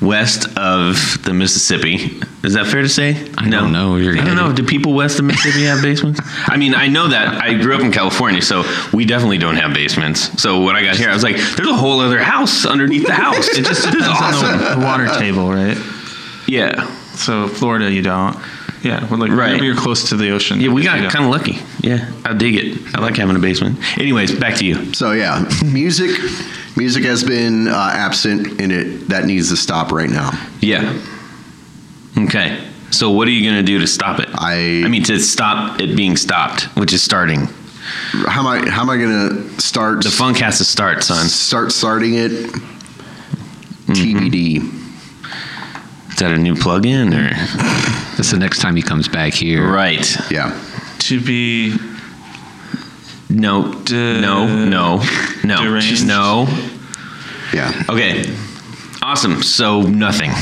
Speaker 5: west of the Mississippi, is that fair to say?
Speaker 3: I don't know. You're
Speaker 5: I don't know.
Speaker 3: gonna-
Speaker 5: Do people west of Mississippi have basements? I mean, I know that I grew up in California, so we definitely don't have basements. So when I got here, I was like, "There's a whole other house underneath the house." It just it's awesome.
Speaker 2: the water table, right?
Speaker 5: Yeah,
Speaker 2: So Florida, you don't. Yeah, well, like
Speaker 5: Right.
Speaker 2: whenever you're close to the ocean.
Speaker 5: yeah, we
Speaker 2: you
Speaker 5: got
Speaker 2: don't.
Speaker 5: kind of lucky. Yeah, I dig it. I like having a basement. Anyways, back to you.
Speaker 4: so yeah, music, music has been uh, absent, and it that needs to stop right now.
Speaker 5: Yeah. Okay. So what are you going to do to stop it?
Speaker 4: I-
Speaker 5: I mean to stop it being stopped, which is starting.
Speaker 4: How am I? How am I gonna start?
Speaker 5: The funk has to start, son.
Speaker 4: Start starting it.
Speaker 5: Mm-hmm.
Speaker 4: TBD.
Speaker 5: Is that a new plug-in or
Speaker 3: That's the next time he comes back here.
Speaker 5: Right.
Speaker 4: Yeah.
Speaker 2: to be
Speaker 5: No.
Speaker 2: De-
Speaker 5: no. No. No.
Speaker 2: deranged?
Speaker 5: No.
Speaker 4: Yeah.
Speaker 5: Okay. Awesome. So nothing.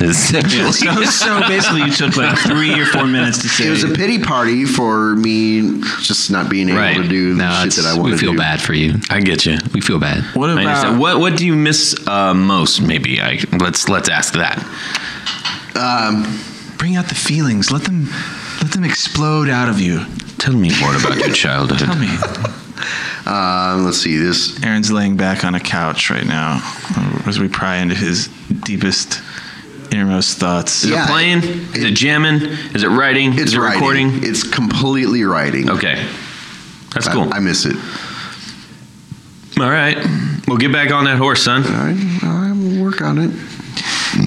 Speaker 2: Yeah,
Speaker 5: Essentially.
Speaker 2: so, so basically, you took like three or four minutes to say.
Speaker 4: It was a pity party for me just not being able
Speaker 5: Right.
Speaker 4: to do the
Speaker 3: No,
Speaker 4: shit
Speaker 3: it's-
Speaker 4: that I
Speaker 3: we
Speaker 4: wanted to
Speaker 3: feel
Speaker 4: do.
Speaker 3: bad for you.
Speaker 5: I get you.
Speaker 3: We feel bad.
Speaker 2: what
Speaker 5: I
Speaker 2: about
Speaker 5: understand. What What do you miss uh, most? Maybe I let's let's ask that.
Speaker 4: Um,
Speaker 2: bring out the feelings? Let them, let them explode out of you.
Speaker 5: Tell me more about your childhood.
Speaker 2: Tell me.
Speaker 4: Um, let's see this.
Speaker 2: Aaron's laying back on a couch right now as we pry into his deepest, innermost thoughts.
Speaker 5: Is
Speaker 4: Yeah.
Speaker 5: it playing? Is it jamming? Is it writing?
Speaker 4: It's
Speaker 5: Is it
Speaker 4: writing.
Speaker 5: recording?
Speaker 4: It's completely writing.
Speaker 5: Okay. That's
Speaker 4: I-
Speaker 5: cool.
Speaker 4: I, miss it.
Speaker 5: All right. Well, get back on that horse, son.
Speaker 4: I, I will work on it.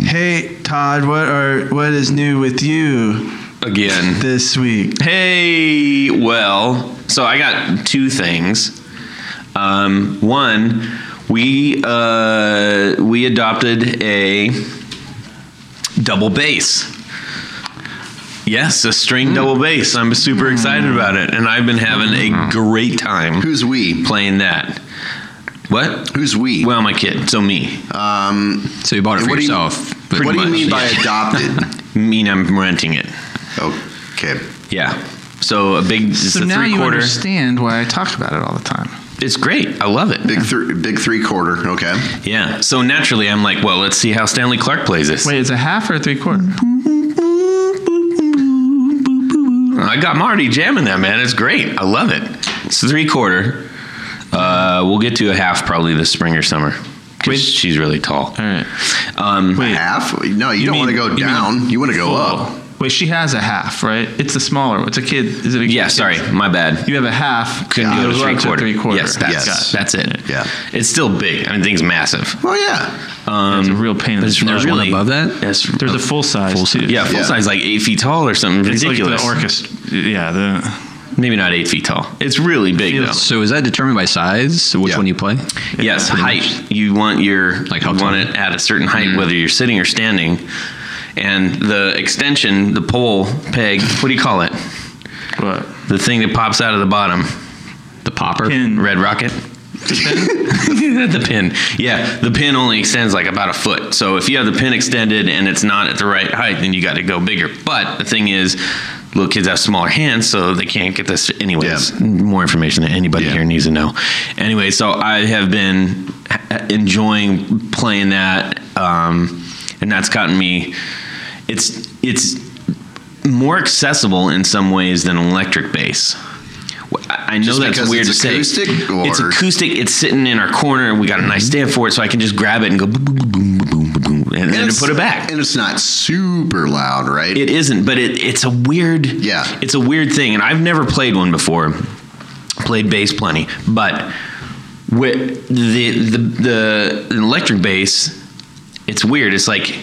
Speaker 2: Hey Todd, what are what is new with you
Speaker 5: Again.
Speaker 2: this week?
Speaker 5: Hey, well, so I got two things. Um, one, we uh, we adopted a double bass. Yes, a string double bass. I'm super excited about it, and I've been having a great time.
Speaker 4: Who's we?
Speaker 5: playing that. What?
Speaker 4: Who's we?
Speaker 5: Well, my kid. So me.
Speaker 4: um,
Speaker 3: So you bought it for
Speaker 4: what do you-
Speaker 3: yourself. but-
Speaker 4: what do you
Speaker 5: much,
Speaker 4: mean by
Speaker 5: yeah.
Speaker 4: adopted?
Speaker 5: mean I'm renting it.
Speaker 4: okay.
Speaker 5: Yeah. So a big. It's
Speaker 2: so
Speaker 5: a
Speaker 2: now
Speaker 5: three
Speaker 2: you
Speaker 5: quarter.
Speaker 2: understand why I talk about it all the time.
Speaker 5: It's great. I love it.
Speaker 4: Big three, big three quarter. Okay.
Speaker 5: Yeah. So naturally, I'm like, well, let's see how Stanley Clark plays this.
Speaker 2: Wait, it's a half or a three quarter?
Speaker 5: I got Marty jamming that man. It's great. I love it. It's three quarter. Uh, we'll get to a half probably this spring or summer. 'Cause she's really tall.
Speaker 2: All right.
Speaker 5: Um,
Speaker 2: Wait,
Speaker 4: Half? No, you, don't
Speaker 2: mean-
Speaker 4: want to go
Speaker 2: you mean
Speaker 4: down. You want to go
Speaker 2: full.
Speaker 4: up.
Speaker 2: Wait, she has a half, right? It's the smaller. one. It's a kid. Is it? A
Speaker 5: yeah.
Speaker 2: kid?
Speaker 5: Sorry, my bad.
Speaker 2: You have a half.
Speaker 5: Couldn't
Speaker 2: and
Speaker 5: do
Speaker 2: it
Speaker 5: it
Speaker 2: goes
Speaker 5: a
Speaker 2: up
Speaker 5: three
Speaker 2: to
Speaker 5: quarter.
Speaker 2: Three quarter.
Speaker 5: Yes, that's,
Speaker 4: Yes.
Speaker 5: that's it.
Speaker 4: Yeah.
Speaker 5: It's still big. I mean, thing's massive.
Speaker 4: Well, yeah.
Speaker 2: it's a real pain. in the
Speaker 5: there's
Speaker 2: neck.
Speaker 5: really-
Speaker 3: above that?
Speaker 5: Yes.
Speaker 2: There's a full size. Full size.
Speaker 5: Yeah, full
Speaker 4: Yeah.
Speaker 5: size like eight feet tall or something
Speaker 2: It's like
Speaker 5: ridiculous.
Speaker 2: the orchestra. Yeah. The,
Speaker 5: Maybe not eight feet tall. It's really big though.
Speaker 3: So is that determined by size? Which
Speaker 4: Yeah.
Speaker 3: one you play?
Speaker 5: yes,
Speaker 3: pretty
Speaker 5: height. You want your
Speaker 3: Like
Speaker 5: like
Speaker 3: how
Speaker 5: you want
Speaker 3: tall? Mm-hmm.
Speaker 5: it at a certain height, whether you're sitting or standing. And the extension, the pole peg, what do you call it?
Speaker 2: what?
Speaker 5: The thing that pops out of the bottom.
Speaker 3: The popper.
Speaker 2: Pin.
Speaker 5: Red rocket. the pin. Yeah, the pin only extends like about a foot. So if you have the pin extended and it's not at the right height, then you got to go bigger. But the thing is, little kids have smaller hands, so they can't get this. Anyways,
Speaker 4: Yeah.
Speaker 5: more information than anybody here needs to know. Anyway, so I have been h- enjoying playing that, um, and that's gotten me. It's it's more accessible in some ways than electric bass. Wh- I I know
Speaker 4: Just
Speaker 5: that's
Speaker 4: because
Speaker 5: weird
Speaker 4: it's
Speaker 5: to
Speaker 4: acoustic,
Speaker 5: say. It's
Speaker 4: or-
Speaker 5: acoustic. It's sitting in our corner, and we got a nice stand for it, so I can just grab it and go boom, boom, boom, boom, boom, boom, boom, and then
Speaker 4: it's-
Speaker 5: put it back.
Speaker 4: And it's not super loud, right?
Speaker 5: It isn't, but it, it's a weird.
Speaker 4: Yeah.
Speaker 5: It's a weird thing, and I've never played one before. Played bass plenty, but with the the the electric bass, it's weird. It's like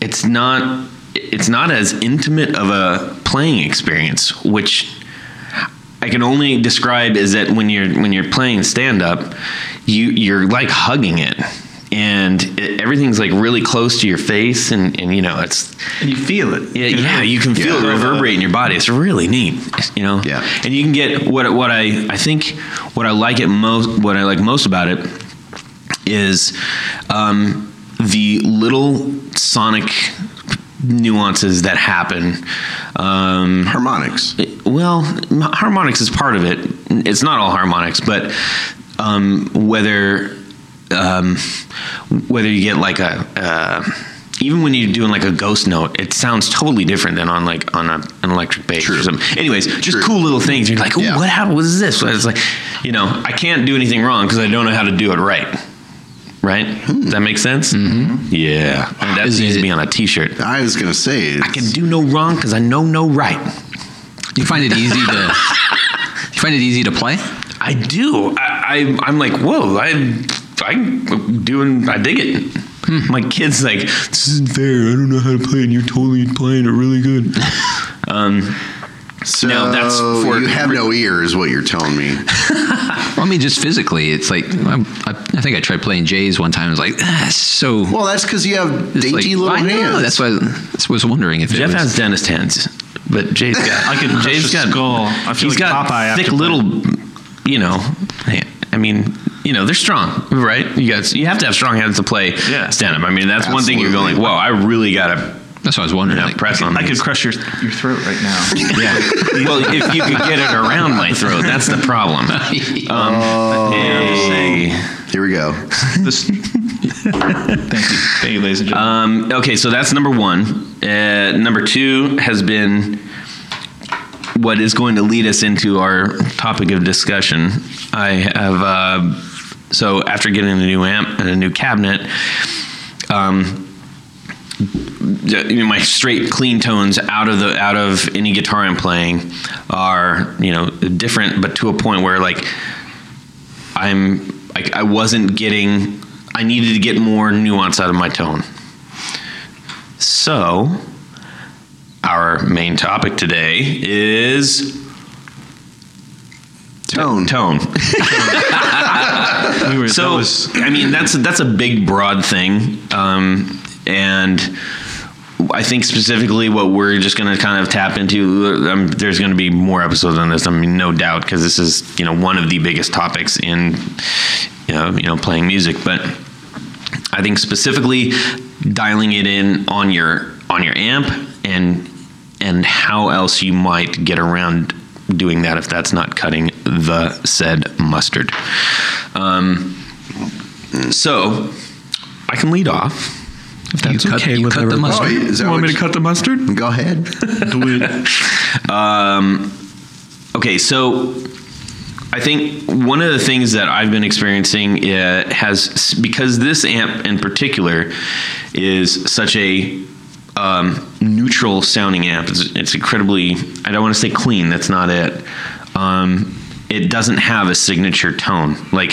Speaker 5: it's not it's not as intimate of a playing experience, which I can only describe is that when you're when you're playing stand up, you you're like hugging it. And it, everything's like really close to your face, and, and you know it's
Speaker 2: And you feel it.
Speaker 5: yeah, yeah, you can feel it
Speaker 2: Yeah.
Speaker 5: reverberate in your body. It's really neat, you know.
Speaker 4: Yeah.
Speaker 5: And you can get what what I I think what I like it most what I like most about it is um, the little sonic nuances that happen. Um,
Speaker 4: harmonics.
Speaker 5: well, m- harmonics is part of it. It's not all harmonics, but um, whether um, whether you get like a uh, even when you're doing like a ghost note, it sounds totally different than on like on a, an electric bass or something. Anyways, just
Speaker 4: True.
Speaker 5: cool little things. You're like, oh,
Speaker 4: Yeah.
Speaker 5: what happened? What is this? It's like, you know, I can't do anything wrong because I don't know how to do it right. Right? Does that make sense? Mm-hmm. Yeah. And that
Speaker 3: Is
Speaker 5: needs to
Speaker 3: it-
Speaker 5: be on a T-shirt.
Speaker 4: I was gonna say
Speaker 5: I can do no wrong because I know no right.
Speaker 3: You find it easy to. you find it easy to play.
Speaker 5: I do. I, I I'm like, whoa, I I'm doing I dig it. My kid's like, this isn't fair, I don't know how to play and you're totally playing it really good. um
Speaker 4: so
Speaker 5: no, that's for-
Speaker 4: you have no ear is what you're telling me.
Speaker 3: Well, I mean, just physically, it's like I, I, I think I tried playing Jays one time. I was like, ah, it's so.
Speaker 4: Well, that's because you have
Speaker 3: it's
Speaker 4: dainty
Speaker 3: like,
Speaker 4: little
Speaker 3: I know,
Speaker 4: hands.
Speaker 3: That's why I was wondering if it
Speaker 5: Jeff
Speaker 3: was,
Speaker 5: has dentist hands. But Jay's got I could
Speaker 2: crush
Speaker 5: Jay's
Speaker 2: a
Speaker 5: got
Speaker 2: skull. I feel
Speaker 5: he's
Speaker 2: like
Speaker 5: got
Speaker 2: Popeye after
Speaker 5: thick little you know I- I mean you know they're strong, right? You guys, you have to have strong hands to play
Speaker 2: Yeah.
Speaker 5: stand up. I mean, that's one thing you're going like,
Speaker 4: Absolutely.
Speaker 5: whoa, I really gotta
Speaker 3: That's what I was wondering.
Speaker 5: you know,
Speaker 3: like,
Speaker 5: press on.
Speaker 2: I could
Speaker 5: these.
Speaker 2: crush your your throat right now.
Speaker 5: Yeah. well, if you could get it around my throat, that's the problem. Um, hey.
Speaker 4: Here we go.
Speaker 2: This- thank you, thank you, ladies and gentlemen.
Speaker 5: Um, okay, so that's number one. Uh, number two has been what is going to lead us into our topic of discussion. I have uh, so after getting a new amp and a new cabinet. Um, you know, my straight clean tones out of the out of any guitar I'm playing are you know different, but to a point where like I'm like I wasn't getting I needed to get more nuance out of my tone. So our main topic today is
Speaker 4: Tone.
Speaker 5: tone.
Speaker 2: we were, that
Speaker 5: So
Speaker 2: was-
Speaker 5: I mean that's that's a big broad thing, um, and I think specifically what we're just going to kind of tap into. Um, there's going to be more episodes on this. I mean, no doubt because this is you know one of the biggest topics in you know you know playing music, but I think specifically dialing it in on your on your amp and and how else you might get around doing that if that's not cutting the said mustard. Um, so I can lead off. If that's
Speaker 3: cut- you cut the
Speaker 4: Oh,
Speaker 3: mustard.
Speaker 4: is that what you-
Speaker 5: cut the mustard?
Speaker 4: Go ahead.
Speaker 5: Um, okay, so I think one of the things that I've been experiencing uh, has because this amp in particular is such a um, neutral sounding amp. It's, it's incredibly. I don't want to say clean. That's not it. Um, it doesn't have a signature tone. Like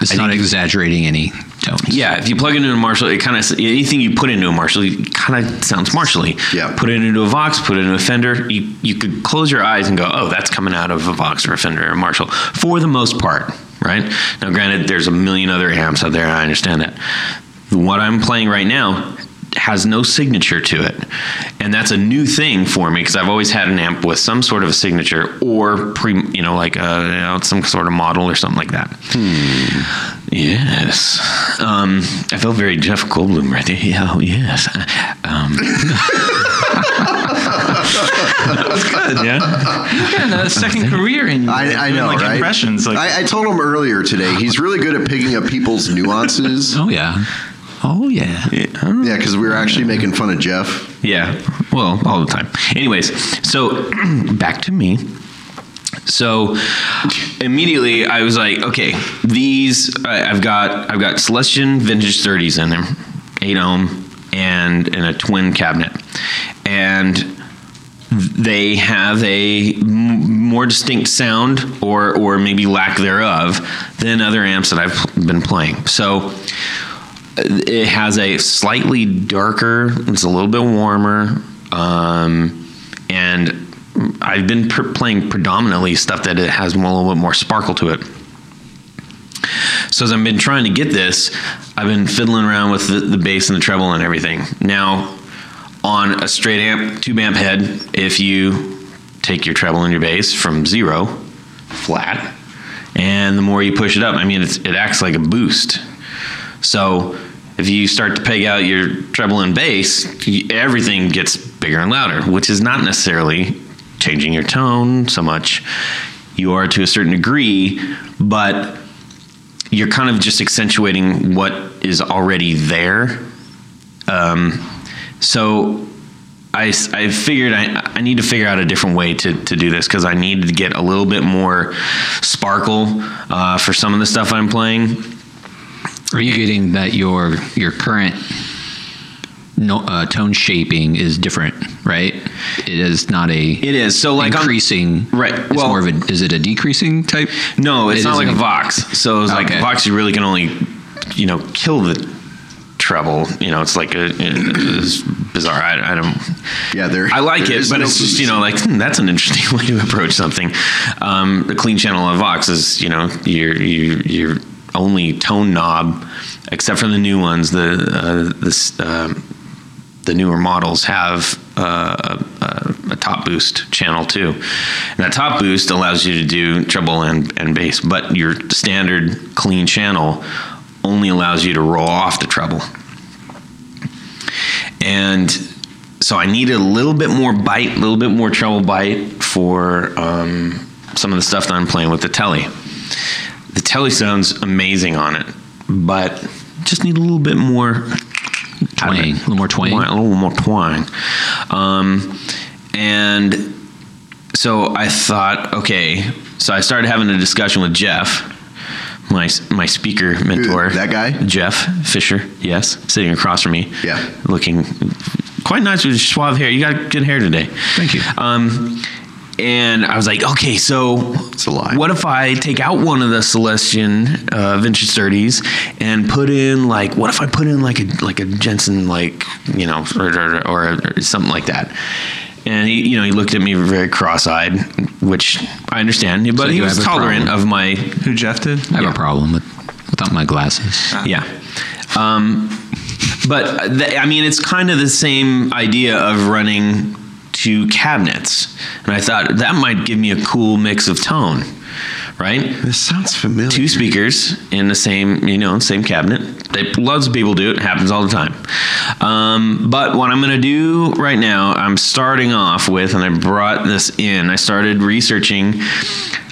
Speaker 3: It's
Speaker 5: I
Speaker 3: not
Speaker 5: think-
Speaker 3: exaggerating any tones.
Speaker 5: yeah, if you plug it into a Marshall, it kind of anything you put into a Marshall kind of sounds Marshally.
Speaker 4: Yeah.
Speaker 5: Put it into a Vox, put it into a Fender. You you could close your eyes and go, oh, that's coming out of a Vox or a Fender or a Marshall for the most part, right? Now, granted, there's a million other amps out there. I understand that. What I'm playing right now has no signature to it, and that's a new thing for me because I've always had an amp with some sort of a signature or pre, you know, like uh you know, some sort of model or something like that. Yes. Um, I felt very Jeff Goldblum right there. Yeah, oh, yes. Um, yeah.
Speaker 2: a second career in
Speaker 4: I, I know,
Speaker 2: like
Speaker 4: right?
Speaker 2: Impressions like
Speaker 4: I, I told him earlier today. He's really good at picking up people's nuances.
Speaker 3: Oh yeah. Oh yeah.
Speaker 4: Yeah, because we were actually making fun of Jeff.
Speaker 5: Yeah. Well, all the time. Anyways, so back to me. So immediately I was like, okay, these I, I've got I've got Celestion vintage 30s in there, eight ohm, and and a twin cabinet, and they have a m- more distinct sound or or maybe lack thereof than other amps that I've pl- been playing. So uh, it has a slightly darker, it's a little bit warmer, um, and I've been pr- playing predominantly stuff that it has a little bit more sparkle to it. So as I've been trying to get this, I've been fiddling around with the, the bass and the treble and everything. Now, on a straight amp, tube amp head, if you take your treble and your bass from zero, flat, and the more you push it up, I mean, it's, it acts like a boost. So if if you start to peg out your treble and bass, y- everything gets bigger and louder, which is not necessarily changing your tone so much. You are to a certain degree, but you're kind of just accentuating what is already there. Um, so I, s- I figured I, I need to figure out a different way to, to do this because I need to get a little bit more sparkle uh, for some of the stuff I'm playing.
Speaker 3: Are you getting that your your current no, uh, tone shaping is different, right? It is not a
Speaker 5: It is so like on-
Speaker 3: increasing.
Speaker 5: Right,
Speaker 3: It's
Speaker 5: well-
Speaker 3: more of a. Is it a decreasing type?
Speaker 5: No, it's
Speaker 3: It
Speaker 5: not like a
Speaker 3: isn't.
Speaker 5: Vox. So it's
Speaker 3: Okay.
Speaker 5: like Vox, you really can only, you know, kill the treble. You know, it's like a, it's bizarre. I, I don't.
Speaker 4: Yeah, there-
Speaker 5: I like
Speaker 4: there
Speaker 5: it,
Speaker 4: is
Speaker 5: but
Speaker 4: no
Speaker 5: it's just you
Speaker 4: boost.
Speaker 5: know like hmm, that's an interesting way to approach something. Um, the clean channel of Vox is you know your your your only tone knob, except for the new ones. The uh, this. Um, the newer models have uh, a, a top boost channel too. And that top boost allows you to do treble and, and bass, but your standard clean channel only allows you to roll off the treble. And so I needed a little bit more bite, a little bit more treble bite for um, some of the stuff that I'm playing with the telly. The telly sounds amazing on it, but just need a little bit more
Speaker 3: Twang,
Speaker 5: out of it.
Speaker 3: a little more twang.
Speaker 5: a little more twang. Um, and so I thought, okay, so I started having a discussion with Jeff, my my speaker mentor,
Speaker 4: that guy?
Speaker 5: Jeff Fisher, yes, sitting across from me,
Speaker 4: Yeah.
Speaker 5: looking quite nice with suave hair. You got good hair today.
Speaker 3: Thank you.
Speaker 5: Um, and I was like, okay, so
Speaker 4: It's a lie.
Speaker 5: What if I take out one of the Celestian uh, Vintage 30s and put in like, what if I put in like a like a Jensen like you know or, or, or, or something like that? And he, you know, he looked at me very cross-eyed, which I understand, but he
Speaker 3: you
Speaker 5: was
Speaker 3: have a
Speaker 5: tolerant
Speaker 3: problem.
Speaker 5: of my
Speaker 2: Who Jeff did?
Speaker 3: I have
Speaker 5: yeah.
Speaker 3: a problem with without my glasses.
Speaker 4: Uh-huh.
Speaker 5: yeah. Um, but th- I mean, it's kind of the same idea of running two cabinets, and I thought that might give me a cool mix of tone, right?
Speaker 4: This sounds familiar.
Speaker 5: Two speakers in the same, you know, same cabinet. They, loads of people do it. It happens all the time. Um, but what I'm going to do right now, I'm starting off with, and I brought this in. I started researching.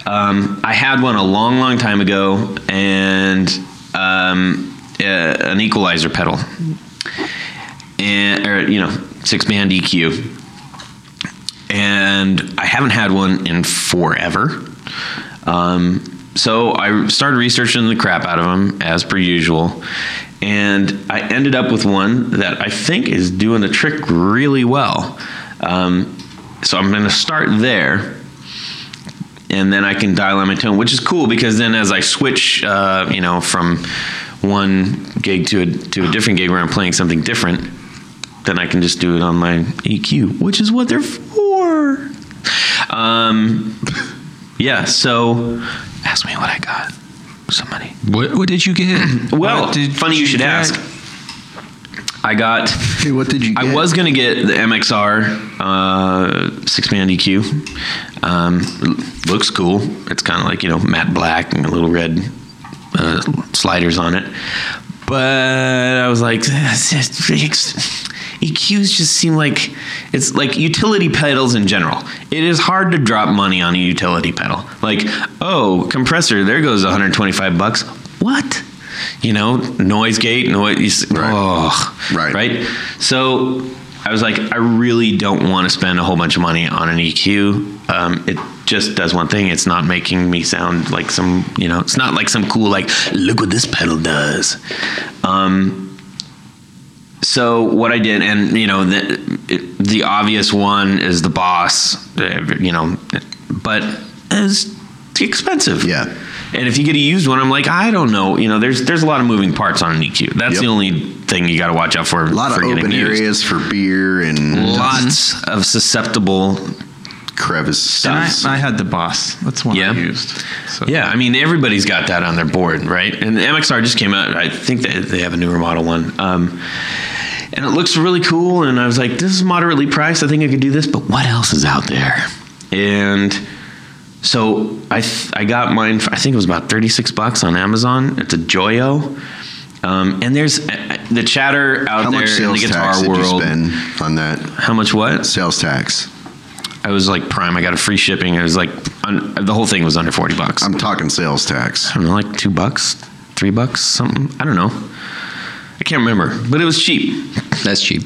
Speaker 5: Um, I had one a long, long time ago, and um, uh, an equalizer pedal, and or you know, six band EQ and I haven't had one in forever. Um, so I started researching the crap out of them as per usual, and I ended up with one that I think is doing the trick really well. Um, so I'm going to start there, and then I can dial on my tone, which is cool because then as I switch, uh, you know, from one gig to a, to a different gig where I'm playing something different, then I can just do it on my EQ, which is what they're for. Um, yeah. So, ask me what I got. Somebody.
Speaker 3: What What did you get?
Speaker 5: Well,
Speaker 2: What did
Speaker 5: funny you
Speaker 2: you
Speaker 5: should
Speaker 2: get?
Speaker 5: ask. I got.
Speaker 4: Hey, what did you get?
Speaker 5: I was gonna get the MXR uh, six band EQ. Um, l- looks cool. It's kind of like you know matte black and a little red uh, sliders on it. But I was like, EQs E just seem like it's like utility pedals in general. It is hard to drop money on a utility pedal. Like, oh, compressor, there goes 125 bucks. What? You know, noise gate, noise.
Speaker 4: Right.
Speaker 5: Oh,
Speaker 4: Right.
Speaker 5: Right. So I was like, I really don't want to spend a whole bunch of money on an EQ. Um, it just does one thing. It's not making me sound like some, you know, it's not like some cool, like, look what this pedal does. Um, so what I did, and you know, the it, the obvious one is the Boss, uh, you know, but it's expensive.
Speaker 4: Yeah.
Speaker 5: And if you get a used one, I'm like, I don't know, you know, there's there's a lot of moving parts on an EQ. That's
Speaker 4: Yep.
Speaker 5: the only thing you got to watch out for
Speaker 4: a lot of
Speaker 5: for getting
Speaker 4: open Mm-hmm.
Speaker 5: used.
Speaker 4: areas for beer and
Speaker 5: Lots of susceptible.
Speaker 4: crevices.
Speaker 2: And I, I had the boss. That's one
Speaker 5: Yeah.
Speaker 2: I used. So.
Speaker 5: Yeah, I mean everybody's got that on their board, right? And the MXR just came out. I think they, they have a newer model one, um, and it looks really cool. And I was like, this is moderately priced. I think I could do this, but what else is out there? And so I th- I got mine. For, I think it was about thirty six bucks on Amazon. It's a Joyo, um, and there's I, I- the chatter out
Speaker 4: How
Speaker 5: there
Speaker 4: much
Speaker 5: in the
Speaker 4: sales
Speaker 5: guitar
Speaker 4: tax did you
Speaker 5: world.
Speaker 4: spend on that?
Speaker 5: How much what?
Speaker 4: Sales tax.
Speaker 5: I was like prime. I got a free shipping. It was like un, the whole thing was under forty bucks.
Speaker 4: I'm talking sales tax.
Speaker 5: I don't know, like two bucks, three bucks, something. I don't know. I can't remember, but it was cheap.
Speaker 3: That's cheap.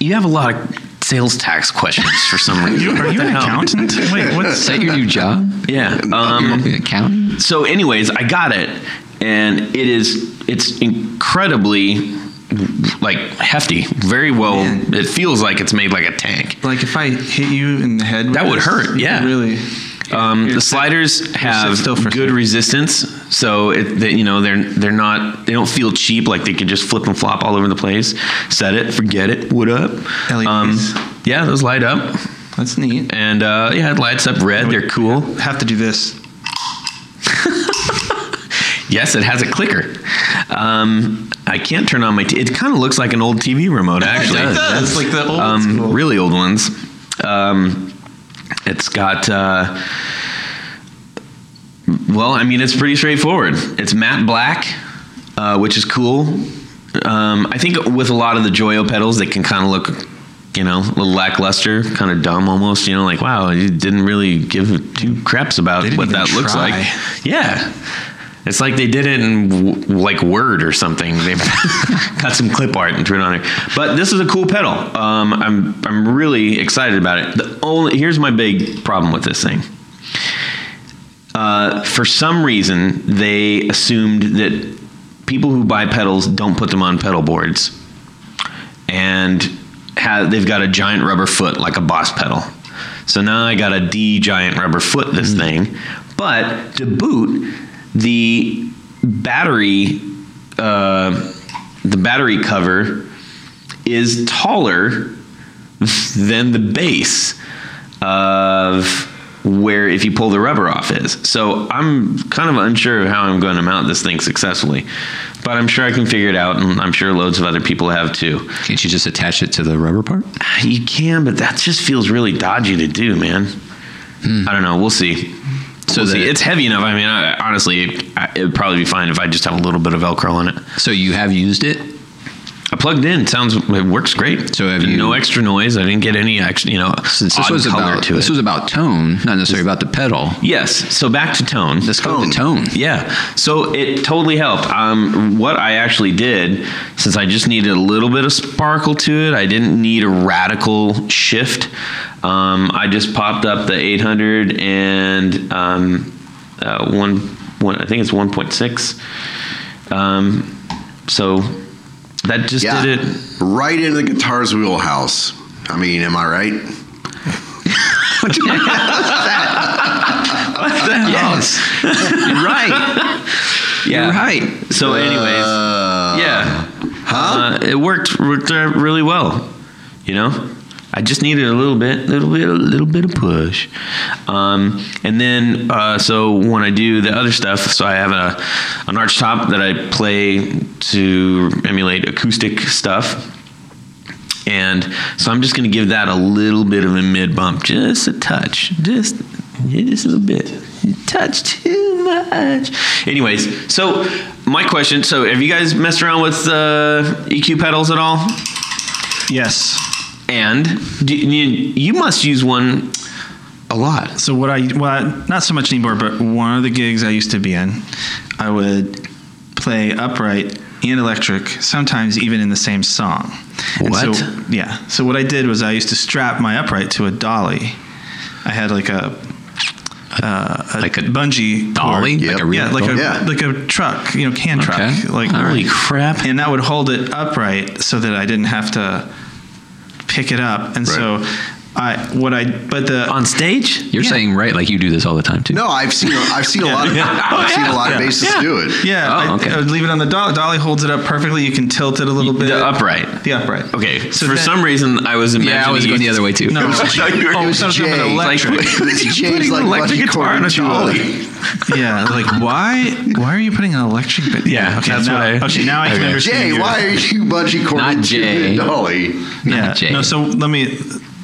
Speaker 5: You have a lot of sales tax questions for some reason.
Speaker 2: Are
Speaker 5: What
Speaker 2: you
Speaker 5: the
Speaker 2: an
Speaker 5: hell?
Speaker 2: accountant? Wait,
Speaker 3: Is
Speaker 2: what's
Speaker 3: that your new job?
Speaker 5: Yeah. Um,
Speaker 3: You're accounting?
Speaker 5: so anyways i got it and it is it's incredibly like hefty very well
Speaker 2: Man.
Speaker 5: it feels like it's made like a tank
Speaker 2: like if I hit you in the head? with
Speaker 5: That would
Speaker 2: this,
Speaker 5: hurt,
Speaker 2: you could
Speaker 5: yeah.
Speaker 2: really.
Speaker 5: um,
Speaker 2: You're
Speaker 5: the
Speaker 2: sick.
Speaker 5: sliders have
Speaker 2: still for a
Speaker 5: good
Speaker 2: second.
Speaker 5: resistance so it they, you know they're they're not they don't feel cheap like they can just flip and flop all over the place set it forget it what up
Speaker 2: E
Speaker 5: Um,
Speaker 2: LEDs.
Speaker 5: yeah those light up
Speaker 2: That's neat.
Speaker 5: and uh, yeah it lights up red they're cool
Speaker 2: Have to do this.
Speaker 5: Yes, it has a clicker. Um, I can't turn on my. T- it kind of looks like an old TV remote, actually.
Speaker 2: does. It's like the old
Speaker 5: um,
Speaker 2: school.
Speaker 5: really old ones. Um, it's got. Uh, well, I mean, it's pretty straightforward. It's matte black, uh, which is cool. Um, I think with a lot of the Joyo pedals, they can kind of look, you know, a little lackluster, kind of dumb almost. You know, like wow, you didn't really give two craps about
Speaker 2: They didn't
Speaker 5: what
Speaker 2: even
Speaker 5: that looks
Speaker 2: try.
Speaker 5: like. Yeah. It's like they did it in w- like Word or something. They got some clip art and threw it on there. But this is a cool pedal. Um, I'm I'm really excited about it. The only here's my big problem with this thing. Uh, for some reason, they assumed that people who buy pedals don't put them on pedal boards, and ha they've got a giant rubber foot like a Boss pedal. So now I got a D giant rubber foot this thing, but to boot, the battery, uh, the battery cover is taller than the base of where if you pull the rubber off is. So I'm kind of unsure of how I'm going to mount this thing successfully, but I'm sure I can figure it out, and I'm sure loads of other people have too.
Speaker 3: Can't you just attach it to the rubber part?
Speaker 5: You can, but that just feels really dodgy to do, man. I don't know. We'll see. So
Speaker 3: Hmm. So
Speaker 5: see.
Speaker 3: the-
Speaker 5: it's heavy enough. I mean, I, honestly, I, it'd probably be fine if I just have a little bit of Velcro on it.
Speaker 3: So you have used it?
Speaker 5: I plugged in. Sounds it works great.
Speaker 3: So have
Speaker 5: There's
Speaker 3: you-
Speaker 5: no extra noise. I didn't get any extra, you know,
Speaker 3: Since this
Speaker 5: odd
Speaker 3: was
Speaker 5: color
Speaker 3: about
Speaker 5: to
Speaker 3: this
Speaker 5: it.
Speaker 3: was about tone, not necessarily about the pedal.
Speaker 5: yes. So back to tone.
Speaker 3: Let's go with the tone.
Speaker 5: Yeah. So it totally helped. Um, what I actually did, since I just needed a little bit of sparkle to it, I didn't need a radical shift. Um, I just popped up the 800 and um, uh, one, one, I think it's 1.6. Um, so that just
Speaker 4: Yeah.
Speaker 5: did it.
Speaker 4: Right into the guitar's wheelhouse. I mean, am I right?
Speaker 3: Oh.
Speaker 5: Yes. You're right. Yeah.
Speaker 3: You're right.
Speaker 5: So, anyways, yeah, huh? it worked worked out really well. You know, I just needed a little bit, little bit, a little bit of push. Um, and then, uh, so when I do the other stuff, so I have a an arch top that I play to emulate acoustic stuff. And so I'm just going to give that a little bit of a mid bump, just a touch, just just a little bit. You touch too much. Anyways, so my question: So have you guys messed around with uh, EQ pedals at all?
Speaker 2: Yes.
Speaker 5: And do, you, you must use one a lot.
Speaker 2: So what I well not so much anymore, but one of the gigs I used to be in, I would play upright and electric, sometimes even in the same song. And so-
Speaker 5: What?
Speaker 2: yeah. So what I did was I used to strap my upright to a dolly. I had like a uh, a
Speaker 3: Like a
Speaker 2: bungee
Speaker 3: Dolly?
Speaker 2: cord.
Speaker 3: Like a
Speaker 4: Yep.
Speaker 3: real
Speaker 2: Yeah, like a
Speaker 4: Yeah.
Speaker 2: like a truck, you know, can truck.
Speaker 3: Okay.
Speaker 2: Like
Speaker 3: All right.
Speaker 5: crap!
Speaker 2: and that would hold it upright so that I didn't have to pick it up. And so I what I but the
Speaker 5: On stage?
Speaker 3: You're saying right like you do this all the time too.
Speaker 4: No, I've seen I've seen a lot of I've seen a lot of bassists do it.
Speaker 2: Yeah,
Speaker 3: Oh,
Speaker 2: I,
Speaker 3: okay.
Speaker 2: I would leave it on the dolly. Dolly holds it up perfectly. You can tilt it a little bit.
Speaker 5: The upright.
Speaker 2: The upright.
Speaker 5: Okay. So
Speaker 2: So
Speaker 5: for
Speaker 2: that-
Speaker 5: some reason, I was imagining
Speaker 3: yeah, I was going the
Speaker 5: you-
Speaker 3: other way too.
Speaker 2: No,
Speaker 4: Oh,
Speaker 2: was something with electric.
Speaker 4: It's
Speaker 5: Putting
Speaker 4: James like
Speaker 5: an electric
Speaker 4: electric
Speaker 5: guitar
Speaker 4: guitar
Speaker 5: on a
Speaker 4: dolly.
Speaker 2: yeah, like why? Why are you putting an electric? Bit?
Speaker 5: Yeah,
Speaker 2: okay,
Speaker 5: that's
Speaker 2: now,
Speaker 5: what I-
Speaker 2: Okay, now I can
Speaker 5: okay.
Speaker 2: understand.
Speaker 4: Jay,
Speaker 2: your-
Speaker 4: why are you bungee
Speaker 3: Not
Speaker 4: cording to
Speaker 3: Jay.
Speaker 4: a dolly?
Speaker 2: Yeah,
Speaker 3: Jay.
Speaker 2: no. So let me.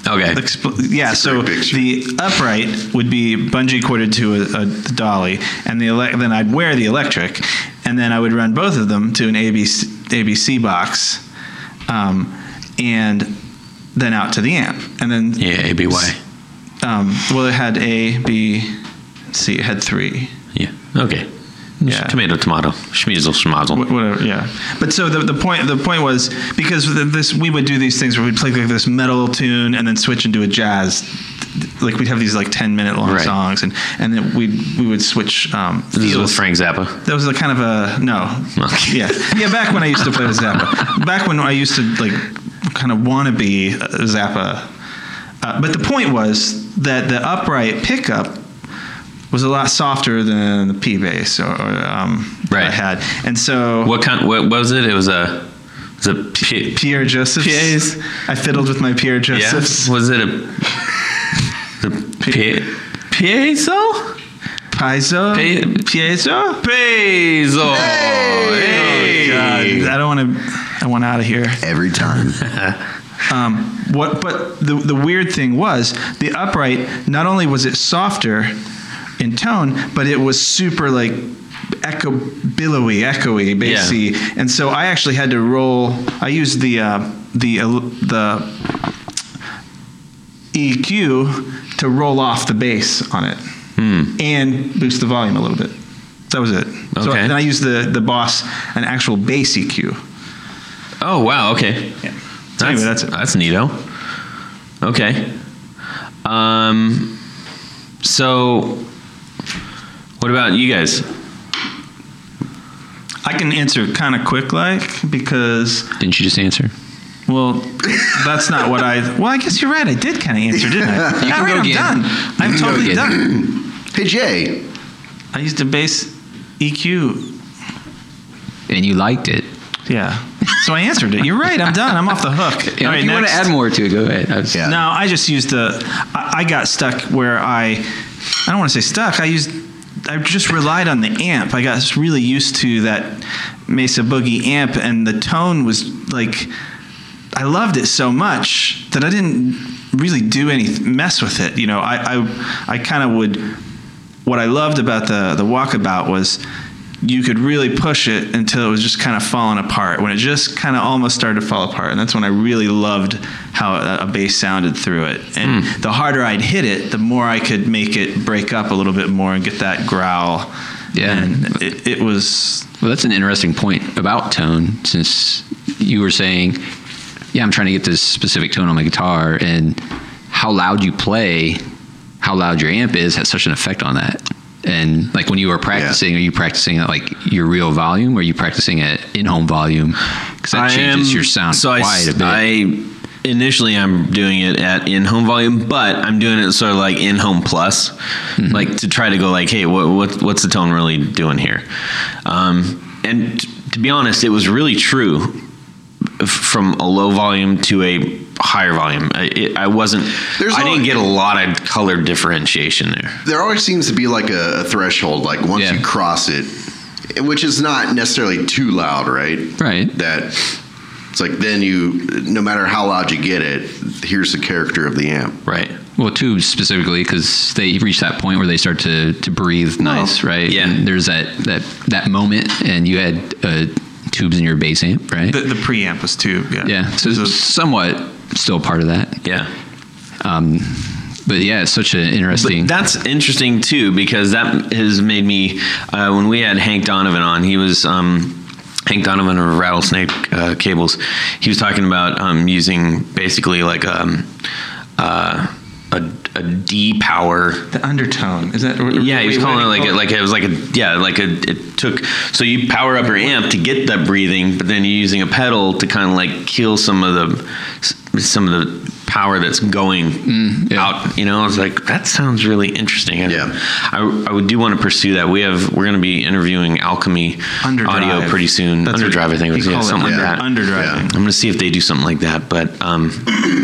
Speaker 5: Okay.
Speaker 2: Expl- yeah,
Speaker 4: It's a
Speaker 2: so
Speaker 4: great picture.
Speaker 2: the upright would be bungee corded to a, a dolly, and the ele- then I'd wear the electric, and then I would run both of them to an ABC ABC box, um, and then out to the amp, and then
Speaker 5: Yeah, ABY.
Speaker 2: um, well, it had A, B, C. It had three.
Speaker 5: Yeah. Okay.
Speaker 2: Yeah.
Speaker 5: Tomato, tomato. Schmeezel, schmazel.
Speaker 2: Wh- Whatever, yeah. But so the, the point the point was because the, this we would do these things where we'd play like this metal tune and then switch into a jazz, like we'd have these like ten minute long
Speaker 5: Right.
Speaker 2: songs and and then we we would switch. Um, this
Speaker 5: Deal with
Speaker 2: was-
Speaker 5: Frank Zappa.
Speaker 2: That was a kind of a no.
Speaker 5: Okay.
Speaker 2: Yeah, yeah. Back when I used to play with Zappa, back when I used to like kind of wanna be uh, Zappa. Uh, but the point was that the upright pickup was a lot softer than the P bass or, or um, that I
Speaker 5: Right.
Speaker 2: had, and so
Speaker 5: What kind? What was it? It was a. It was a. P-
Speaker 2: Pierre Josephs.
Speaker 5: Pierre's.
Speaker 2: I fiddled with my Pierre
Speaker 5: yeah?
Speaker 2: Josephs.
Speaker 5: Was it a? The pie- piezo?
Speaker 2: Piezo.
Speaker 5: Pie-
Speaker 2: Piezo.
Speaker 5: Piezo.
Speaker 2: Oh, God.
Speaker 5: Hey.
Speaker 2: I don't want to. I want out of here.
Speaker 4: Every time.
Speaker 2: Um, what? But the the weird thing was the upright. Not only was it softer in tone, but it was super like echo billowy, echoey, bassy, and so I actually had to roll. I used the uh, the el- the EQ to roll off the bass on it and boost the volume a little bit. That was it. So
Speaker 5: Okay.
Speaker 2: then I used the the Boss an actual bass E EQ.
Speaker 5: Oh wow. Okay.
Speaker 2: Yeah.
Speaker 5: That's,
Speaker 2: anyway, that's it.
Speaker 5: That's neato. Okay. Um. So, what about you guys?
Speaker 2: I can answer kind of quick, like because
Speaker 3: Didn't you just answer?
Speaker 2: well, that's not what I. Well, I guess you're right. I did kind of answer, didn't I?
Speaker 3: You
Speaker 2: All
Speaker 3: can
Speaker 2: right,
Speaker 3: go
Speaker 2: I'm
Speaker 3: again.
Speaker 2: done. I'm
Speaker 3: can go
Speaker 2: totally
Speaker 3: again.
Speaker 2: done.
Speaker 4: Hey, Jay.
Speaker 2: I used a E bass EQ.
Speaker 3: And you liked it.
Speaker 2: Yeah. So I answered it. You're right. I'm done. I'm off the hook.
Speaker 3: And
Speaker 2: All right,
Speaker 3: if you want to
Speaker 2: next.
Speaker 3: add more to it, go ahead. I was-
Speaker 4: Yeah.
Speaker 2: No, I just used the. I, I got stuck where I. I don't want to say stuck. I used. I just relied on the amp. I got really used to that Mesa Boogie amp, and the tone was like. I loved it so much that I didn't really do any mess with it. You know, I I, I kind of would what I loved about the the walkabout was you could really push it until it was just kind of falling apart. When it just kind of almost started to fall apart, and that's when I really loved how a, a bass sounded through it. And the harder I'd hit it, the more I could make it break up a little bit more and get that growl.
Speaker 3: Yeah.
Speaker 2: and it, it was
Speaker 3: Well, that's an interesting point about tone, since you were saying, yeah, I'm trying to get this specific tone on my guitar, and how loud you play, how loud your amp is, has such an effect on that. And like when you were practicing, are you practicing at like your real volume? Or are you practicing at in-home volume? Because that changes your sound
Speaker 5: so I,
Speaker 3: quite
Speaker 5: s-
Speaker 3: a bit.
Speaker 5: I- initially I'm doing it at in-home volume, but I'm doing it sort of like in-home plus,
Speaker 3: Mm-hmm.
Speaker 5: like to try to go like, hey, what, what what's the tone really doing here? Um, and t- to be honest, it was really true f- from a low volume to a higher volume. I, it, I wasn't.
Speaker 4: There's
Speaker 5: I
Speaker 4: al-
Speaker 5: didn't get a lot of color differentiation there.
Speaker 4: There always seems to be like a, a threshold, like once
Speaker 3: Yeah.
Speaker 4: you cross it, which is not necessarily too loud, right?
Speaker 3: right.
Speaker 4: That it's like then you, no matter how loud you get it, here's the character of the amp.
Speaker 5: Right.
Speaker 3: Well, two specifically because they reach that point where they start to, to breathe nice, right?
Speaker 5: yeah.
Speaker 3: And there's that, that that moment, and you had uh, tubes in your bass amp, right?
Speaker 2: the, the preamp was too. Yeah,
Speaker 3: yeah, so
Speaker 2: It was
Speaker 3: it's
Speaker 2: a-
Speaker 3: somewhat still part of that.
Speaker 5: Yeah.
Speaker 3: Um, but yeah, it's such an interesting.
Speaker 5: But that's interesting too because that has made me. Uh, when we had Hank Donovan on, he was um, Hank Donovan of Rattlesnake uh, Cables. He was talking about um, using basically like um, uh, a, a D power
Speaker 2: the undertone is that.
Speaker 5: yeah, he was
Speaker 2: wait, what
Speaker 5: calling
Speaker 2: do
Speaker 5: it
Speaker 2: you
Speaker 5: like it, like
Speaker 2: call
Speaker 5: it was like a yeah, like a it took. So you power up your amp to get that breathing, but then you're using a pedal to kind of like kill some of the some of the power that's going
Speaker 2: Mm,
Speaker 3: yeah.
Speaker 5: out. You know, I was like, that sounds really interesting. And
Speaker 4: Yeah.
Speaker 5: I I would do want to pursue that. We have we're going to be interviewing Alchemy
Speaker 2: Underdrive.
Speaker 5: Audio pretty soon.
Speaker 2: That's what
Speaker 5: Underdrive, I think, it
Speaker 2: he
Speaker 5: was, yeah,
Speaker 2: called it,
Speaker 5: something like
Speaker 2: under-
Speaker 5: that.
Speaker 2: Underdriving.
Speaker 5: I'm going to see if they do something like that, but. um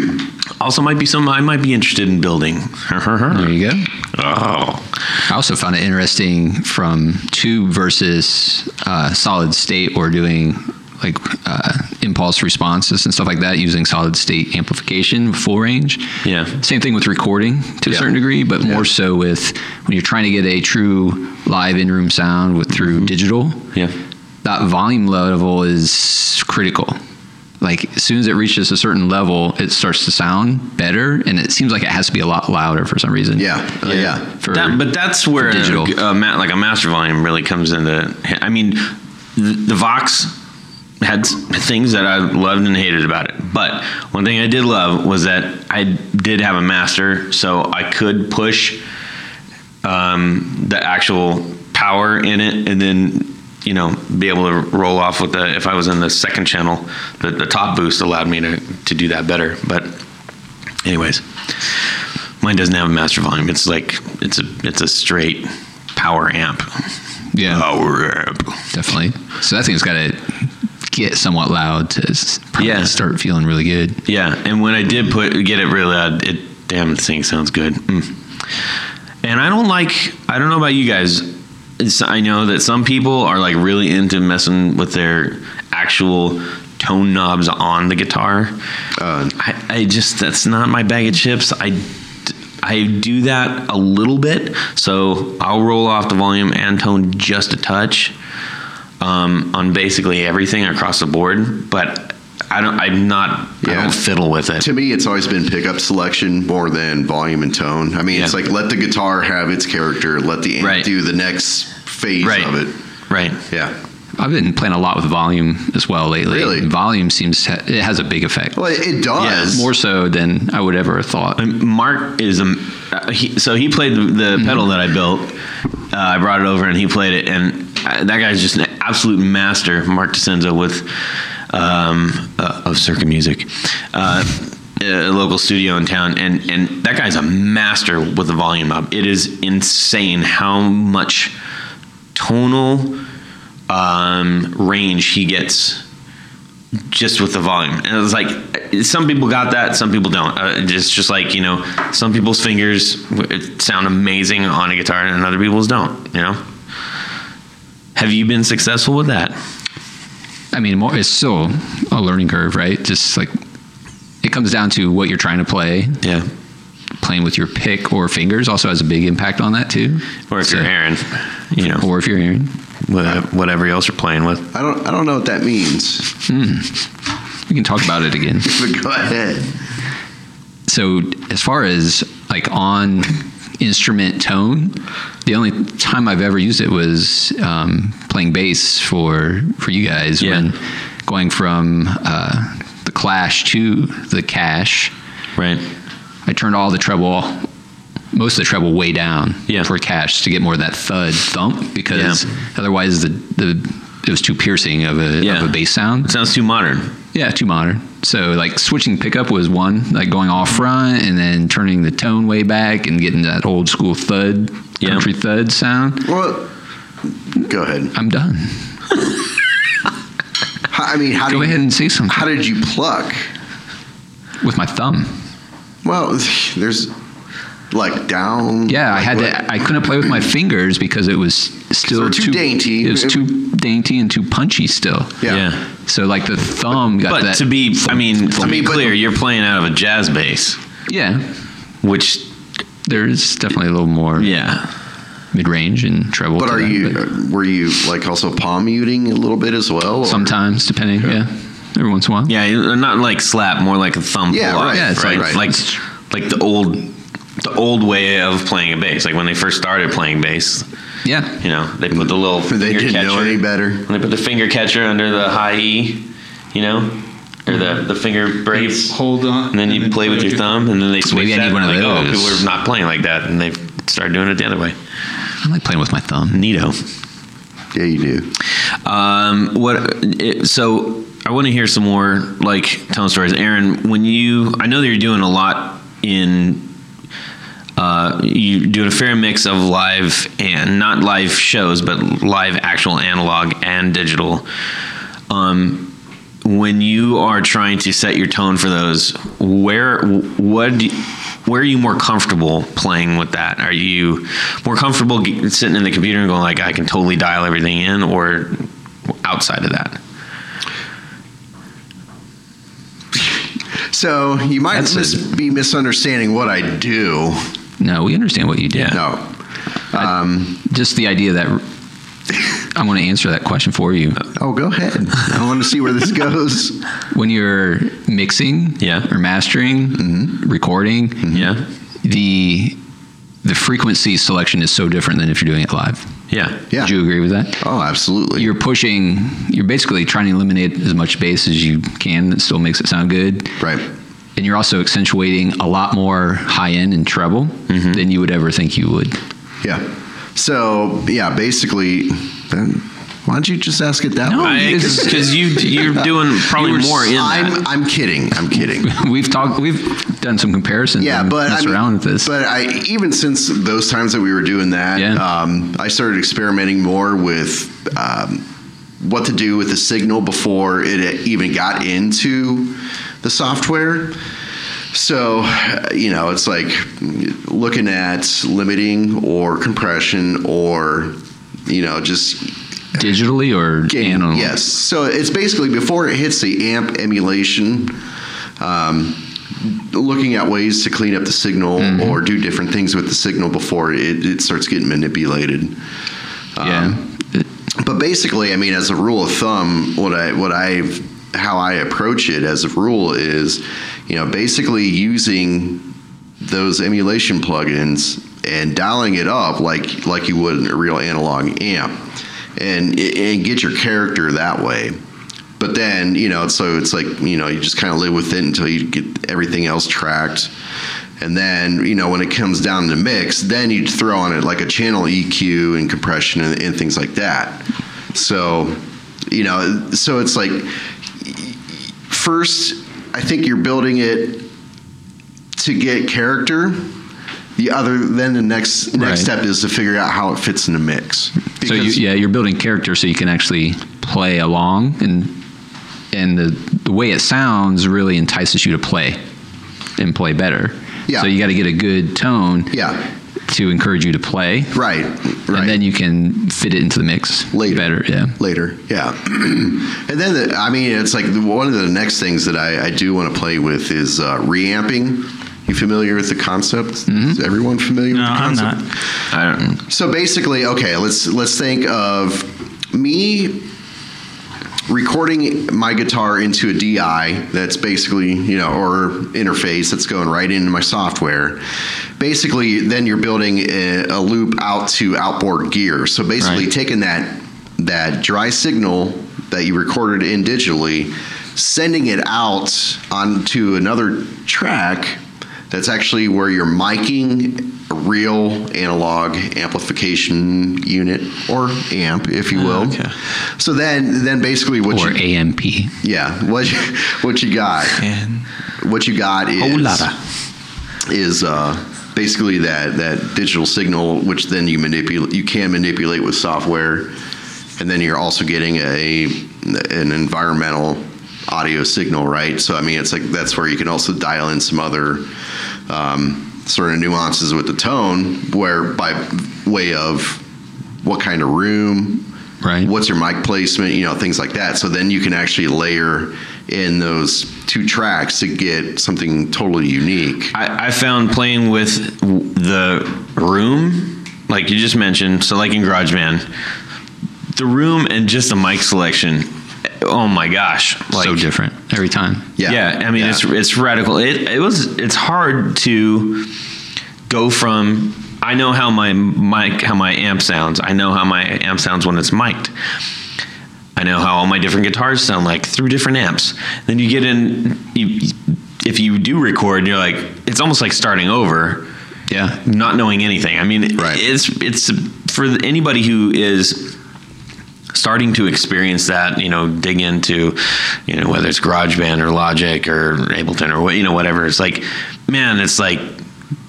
Speaker 5: Also, might be something I might be interested in building.
Speaker 3: there
Speaker 2: Mm-hmm.
Speaker 3: you go.
Speaker 5: Oh,
Speaker 3: I also found it interesting from tube versus uh, solid state or doing like uh, impulse responses and stuff like that using solid state amplification, full range.
Speaker 5: Yeah.
Speaker 3: Same thing with recording to a certain degree, but more so with when you're trying to get a true live in room sound with through digital.
Speaker 5: yeah.
Speaker 3: that volume level is critical. Like as soon as it reaches a certain level, it starts to sound better, and it seems like it has to be a lot louder for some reason.
Speaker 4: Yeah, uh, yeah.
Speaker 3: For,
Speaker 5: That- but that's where
Speaker 3: digital.
Speaker 5: A, a ma- like a master volume really comes into. I mean, the, the Vox had s- things that I loved and hated about it, but one thing I did love was that I did have a master, so I could push um, the actual power in it, and then you know be able to roll off with the. If I was in the second channel, the, the top boost allowed me to to do that better, but. Anyways, mine doesn't have a master volume. It's like it's a it's a straight power amp. Oh,
Speaker 3: yeah,
Speaker 5: Power amp.
Speaker 3: definitely. So that thing's got to get somewhat loud to s- probably
Speaker 5: Yeah.
Speaker 3: start feeling really good.
Speaker 5: Yeah, and when I did put get it really loud, it damn thing sounds good. Mm. And I don't like. I don't know about you guys. It's, I know that some people are like really into messing with their actual tone knobs on the guitar. I, I just that's not my bag of chips. I I do that a little bit, so I'll roll off the volume and tone just a touch um, on basically everything across the board. But I don't. I'm not. I
Speaker 4: Yeah.
Speaker 5: don't fiddle with it.
Speaker 4: to me, it's always been pickup selection more than volume and tone. I mean, it's
Speaker 5: Yeah.
Speaker 4: like let the guitar have its character, let the amp
Speaker 5: Right.
Speaker 4: do the next phase
Speaker 5: Right.
Speaker 4: of it.
Speaker 5: Right.
Speaker 4: Yeah.
Speaker 3: I've been playing a lot with volume as well lately.
Speaker 4: Really?
Speaker 3: And volume seems to ha- it has a big effect.
Speaker 4: Well, it, it does.
Speaker 3: more so than I would ever have thought.
Speaker 5: Um, Mark is a. Uh, he, so he played the, the pedal that I built. Uh, I brought it over and he played it, and uh that guy's just an absolute master, Mark DeCenzo with um, uh, of Circa Music, uh, a local studio in town, and and that guy's a master with the volume up. It is insane how much tonal um, range he gets just with the volume. And it was like, some people got that, some people don't. Uh, it's just like, you know, some people's fingers w- sound amazing on a guitar and other people's don't, you know? Have you been successful with that?
Speaker 3: I mean, more it's still a learning curve, right? Just like it comes down to what you're trying to play.
Speaker 5: Yeah.
Speaker 3: Playing with your pick or fingers also has a big impact on that too.
Speaker 5: Or if
Speaker 3: So-
Speaker 5: you're Aaron, you know,
Speaker 3: or if you're Aaron,
Speaker 5: wha- whatever else you're playing with.
Speaker 4: I don't. I don't know what that means.
Speaker 3: we can talk about it again.
Speaker 4: But go ahead.
Speaker 3: so as far as like on instrument tone the only time i've ever used it was um, playing bass for for you guys
Speaker 5: Yeah.
Speaker 3: when going from uh, the clash to the cash
Speaker 5: Right.
Speaker 3: i turned all the treble most of the treble way down
Speaker 5: Yeah.
Speaker 3: for cash to get more of that thud thump because
Speaker 5: Yeah.
Speaker 3: otherwise the, the it was too piercing of a,
Speaker 5: Yeah.
Speaker 3: of a bass sound
Speaker 5: It sounds too modern.
Speaker 3: yeah, too modern. So like switching pickup was one, like going off front and then turning the tone way back and getting that old school thud,
Speaker 5: Yeah.
Speaker 3: country thud sound.
Speaker 4: Well, go ahead.
Speaker 3: I'm done.
Speaker 4: How, I mean, how
Speaker 3: Go
Speaker 4: do
Speaker 3: ahead
Speaker 4: You,
Speaker 3: and say something
Speaker 4: how did you pluck?
Speaker 3: with my thumb.
Speaker 4: Well, there's like down.
Speaker 3: Yeah, I
Speaker 4: like
Speaker 3: had
Speaker 4: what-
Speaker 3: to. I couldn't play with my fingers because it was still
Speaker 4: were too dainty.
Speaker 3: It was too dainty and too punchy still.
Speaker 4: Yeah.
Speaker 3: So like the thumb got
Speaker 5: But
Speaker 3: that.
Speaker 5: to be, I mean, to
Speaker 4: me,
Speaker 5: be
Speaker 4: but-
Speaker 5: clear, you're playing out of a jazz bass,
Speaker 3: yeah,
Speaker 5: which,
Speaker 3: there's definitely a little more
Speaker 5: yeah.
Speaker 3: mid range and treble.
Speaker 4: But
Speaker 3: to
Speaker 4: are
Speaker 3: that,
Speaker 4: you? uh,
Speaker 3: but
Speaker 4: Were you like also palm muting a little bit as well? or-
Speaker 3: sometimes depending? Yeah, every once in a while.
Speaker 5: Yeah, you- uh, not like slap, more like a thumb.
Speaker 4: Yeah,
Speaker 5: pull-off,
Speaker 4: right,
Speaker 3: Yeah, it's
Speaker 5: right.
Speaker 4: like-
Speaker 5: Like like the old the old way of playing a bass. Like when they first started playing bass,
Speaker 3: Yeah.
Speaker 5: you know, they put the little
Speaker 4: They
Speaker 5: finger
Speaker 4: didn't
Speaker 5: catcher,
Speaker 4: know any better.
Speaker 5: They put the finger catcher under the high E, you know, or the the finger brace,
Speaker 2: Hold on.
Speaker 5: and then you play with your thumb, and then they switch
Speaker 3: Maybe I
Speaker 5: that.
Speaker 3: need
Speaker 5: and
Speaker 3: one of
Speaker 5: like, oh,
Speaker 3: those.
Speaker 5: people are not playing like that, and they started doing it the other way.
Speaker 3: I like playing with my thumb.
Speaker 5: Neato.
Speaker 4: Yeah, you do.
Speaker 5: Um, what? It, so I want to hear some more like telling stories, Aaron. When you, I know that you're doing a lot in. Uh, you're doing a fair mix of live and not live shows, but live actual analog and digital. Um, when you are trying to set your tone for those, where what do- where are you more comfortable playing with that? Are you more comfortable g- sitting in the computer and going like I can totally dial everything in, or outside of that?
Speaker 4: So you might
Speaker 5: That's
Speaker 4: mis- be misunderstanding what I do.
Speaker 3: No, we understand what you do.
Speaker 5: Yeah.
Speaker 4: No. Um,
Speaker 3: Just the idea that I'm going to answer that question for you.
Speaker 4: Oh, go ahead. I want to see where this goes.
Speaker 3: When you're mixing
Speaker 5: Yeah.
Speaker 3: or mastering,
Speaker 4: Mm-hmm.
Speaker 3: recording,
Speaker 5: Yeah.
Speaker 3: the the frequency selection is so different than if you're doing it live.
Speaker 5: Yeah.
Speaker 4: Yeah.
Speaker 3: Would you agree with that?
Speaker 4: Oh, absolutely.
Speaker 3: You're pushing, you're basically trying to eliminate as much bass as you can that still makes it sound good.
Speaker 4: right.
Speaker 3: And you're also accentuating a lot more high end and treble
Speaker 4: Mm-hmm.
Speaker 3: than you would ever think you would.
Speaker 4: Yeah. So yeah, basically, then, why don't you just ask it that
Speaker 3: No,
Speaker 4: way?
Speaker 3: it's-
Speaker 5: Because you you're doing probably
Speaker 3: You were
Speaker 5: more in that.
Speaker 4: I'm I'm kidding. I'm kidding.
Speaker 3: We've talked, we've done some comparisons.
Speaker 4: Yeah,
Speaker 3: and
Speaker 4: but I
Speaker 3: messed
Speaker 4: mean,
Speaker 3: around with this.
Speaker 4: But I even since those times that we were doing that,
Speaker 3: Yeah.
Speaker 4: um, I started experimenting more with um, what to do with the signal before it even got into the software. So, you know, it's like looking at limiting or compression or, you know, just
Speaker 3: digitally or
Speaker 4: gain-
Speaker 3: analog?
Speaker 4: Yes. So it's basically before it hits the amp emulation, um, looking at ways to clean up the signal or do different things with the signal before it, it starts getting manipulated.
Speaker 3: Yeah.
Speaker 4: Um, But basically, I mean, as a rule of thumb, what I what I how I approach it as a rule is, you know, basically using those emulation plugins and dialing it up like like you would in a real analog amp, and and get your character that way. But then you know, so it's like you know, you just kind of live with it until you get everything else tracked. And then, you know, when it comes down to mix, then you throw on it like a channel EQ and compression and, and things like that. So, you know, so it's like first, I think you're building it to get character. The other, then the next next
Speaker 3: Right.
Speaker 4: step is to figure out how it fits in the mix.
Speaker 3: so you,
Speaker 4: Because-
Speaker 3: yeah, you're building character so you can actually play along, and and the the way it sounds really entices you to play and play better.
Speaker 4: Yeah.
Speaker 3: So you got to get a good tone.
Speaker 4: Yeah.
Speaker 3: To encourage you to play,
Speaker 4: right, right.
Speaker 3: and then you can fit it into the mix
Speaker 4: Later.
Speaker 3: better. Yeah.
Speaker 4: later. Yeah, and then the, I mean, it's like the- one of the next things that I, I do want to play with is uh, reamping. You familiar with the concept?
Speaker 3: Mm-hmm.
Speaker 4: Is everyone familiar
Speaker 2: No,
Speaker 4: with the
Speaker 2: Uh-huh, I'm
Speaker 4: concept?
Speaker 2: not.
Speaker 5: I don't.
Speaker 4: So basically, okay, let's let's think of me recording my guitar into a DI that's basically, you know, or interface that's going right into my software. Basically, then you're building a, a loop out to outboard gear. So basically
Speaker 5: Right.
Speaker 4: taking that that dry signal that you recorded in digitally, sending it out onto another track that's actually where you're miking a real analog amplification unit or amp, if you will.
Speaker 2: okay.
Speaker 4: So then, then basically what
Speaker 3: Or
Speaker 4: you,
Speaker 3: AMP.
Speaker 4: yeah, what you, what you got,
Speaker 2: And
Speaker 4: what you got
Speaker 2: Whole
Speaker 4: is
Speaker 2: lotta.
Speaker 4: is uh, basically that that digital signal, which then you manipulate, you can manipulate with software, and then you're also getting a an environmental audio signal, right? So I mean, it's like that's where you can also dial in some other um, sort of nuances with the tone, where by way of what kind of room,
Speaker 3: Right.
Speaker 4: what's your mic placement you know things like that so then you can actually layer in those two tracks to get something totally unique
Speaker 5: I, I found playing with w- the room, like you just mentioned, so like in GarageBand, the room and just the mic selection. Oh my gosh! Like,
Speaker 3: so different every time.
Speaker 5: Yeah, I mean it's it's radical. It it was it's hard to go from I know how my mic how my amp sounds. I know how my amp sounds when it's mic'd. I know how all my different guitars sound like through different amps. Then you get in you if you do record, you're like it's almost like starting over
Speaker 3: Yeah.
Speaker 5: not knowing anything. I mean,
Speaker 4: Right.
Speaker 5: it's it's for anybody who is starting to experience that. You know, dig into, you know, whether it's GarageBand or Logic or Ableton or what you know, whatever. It's like, man, it's like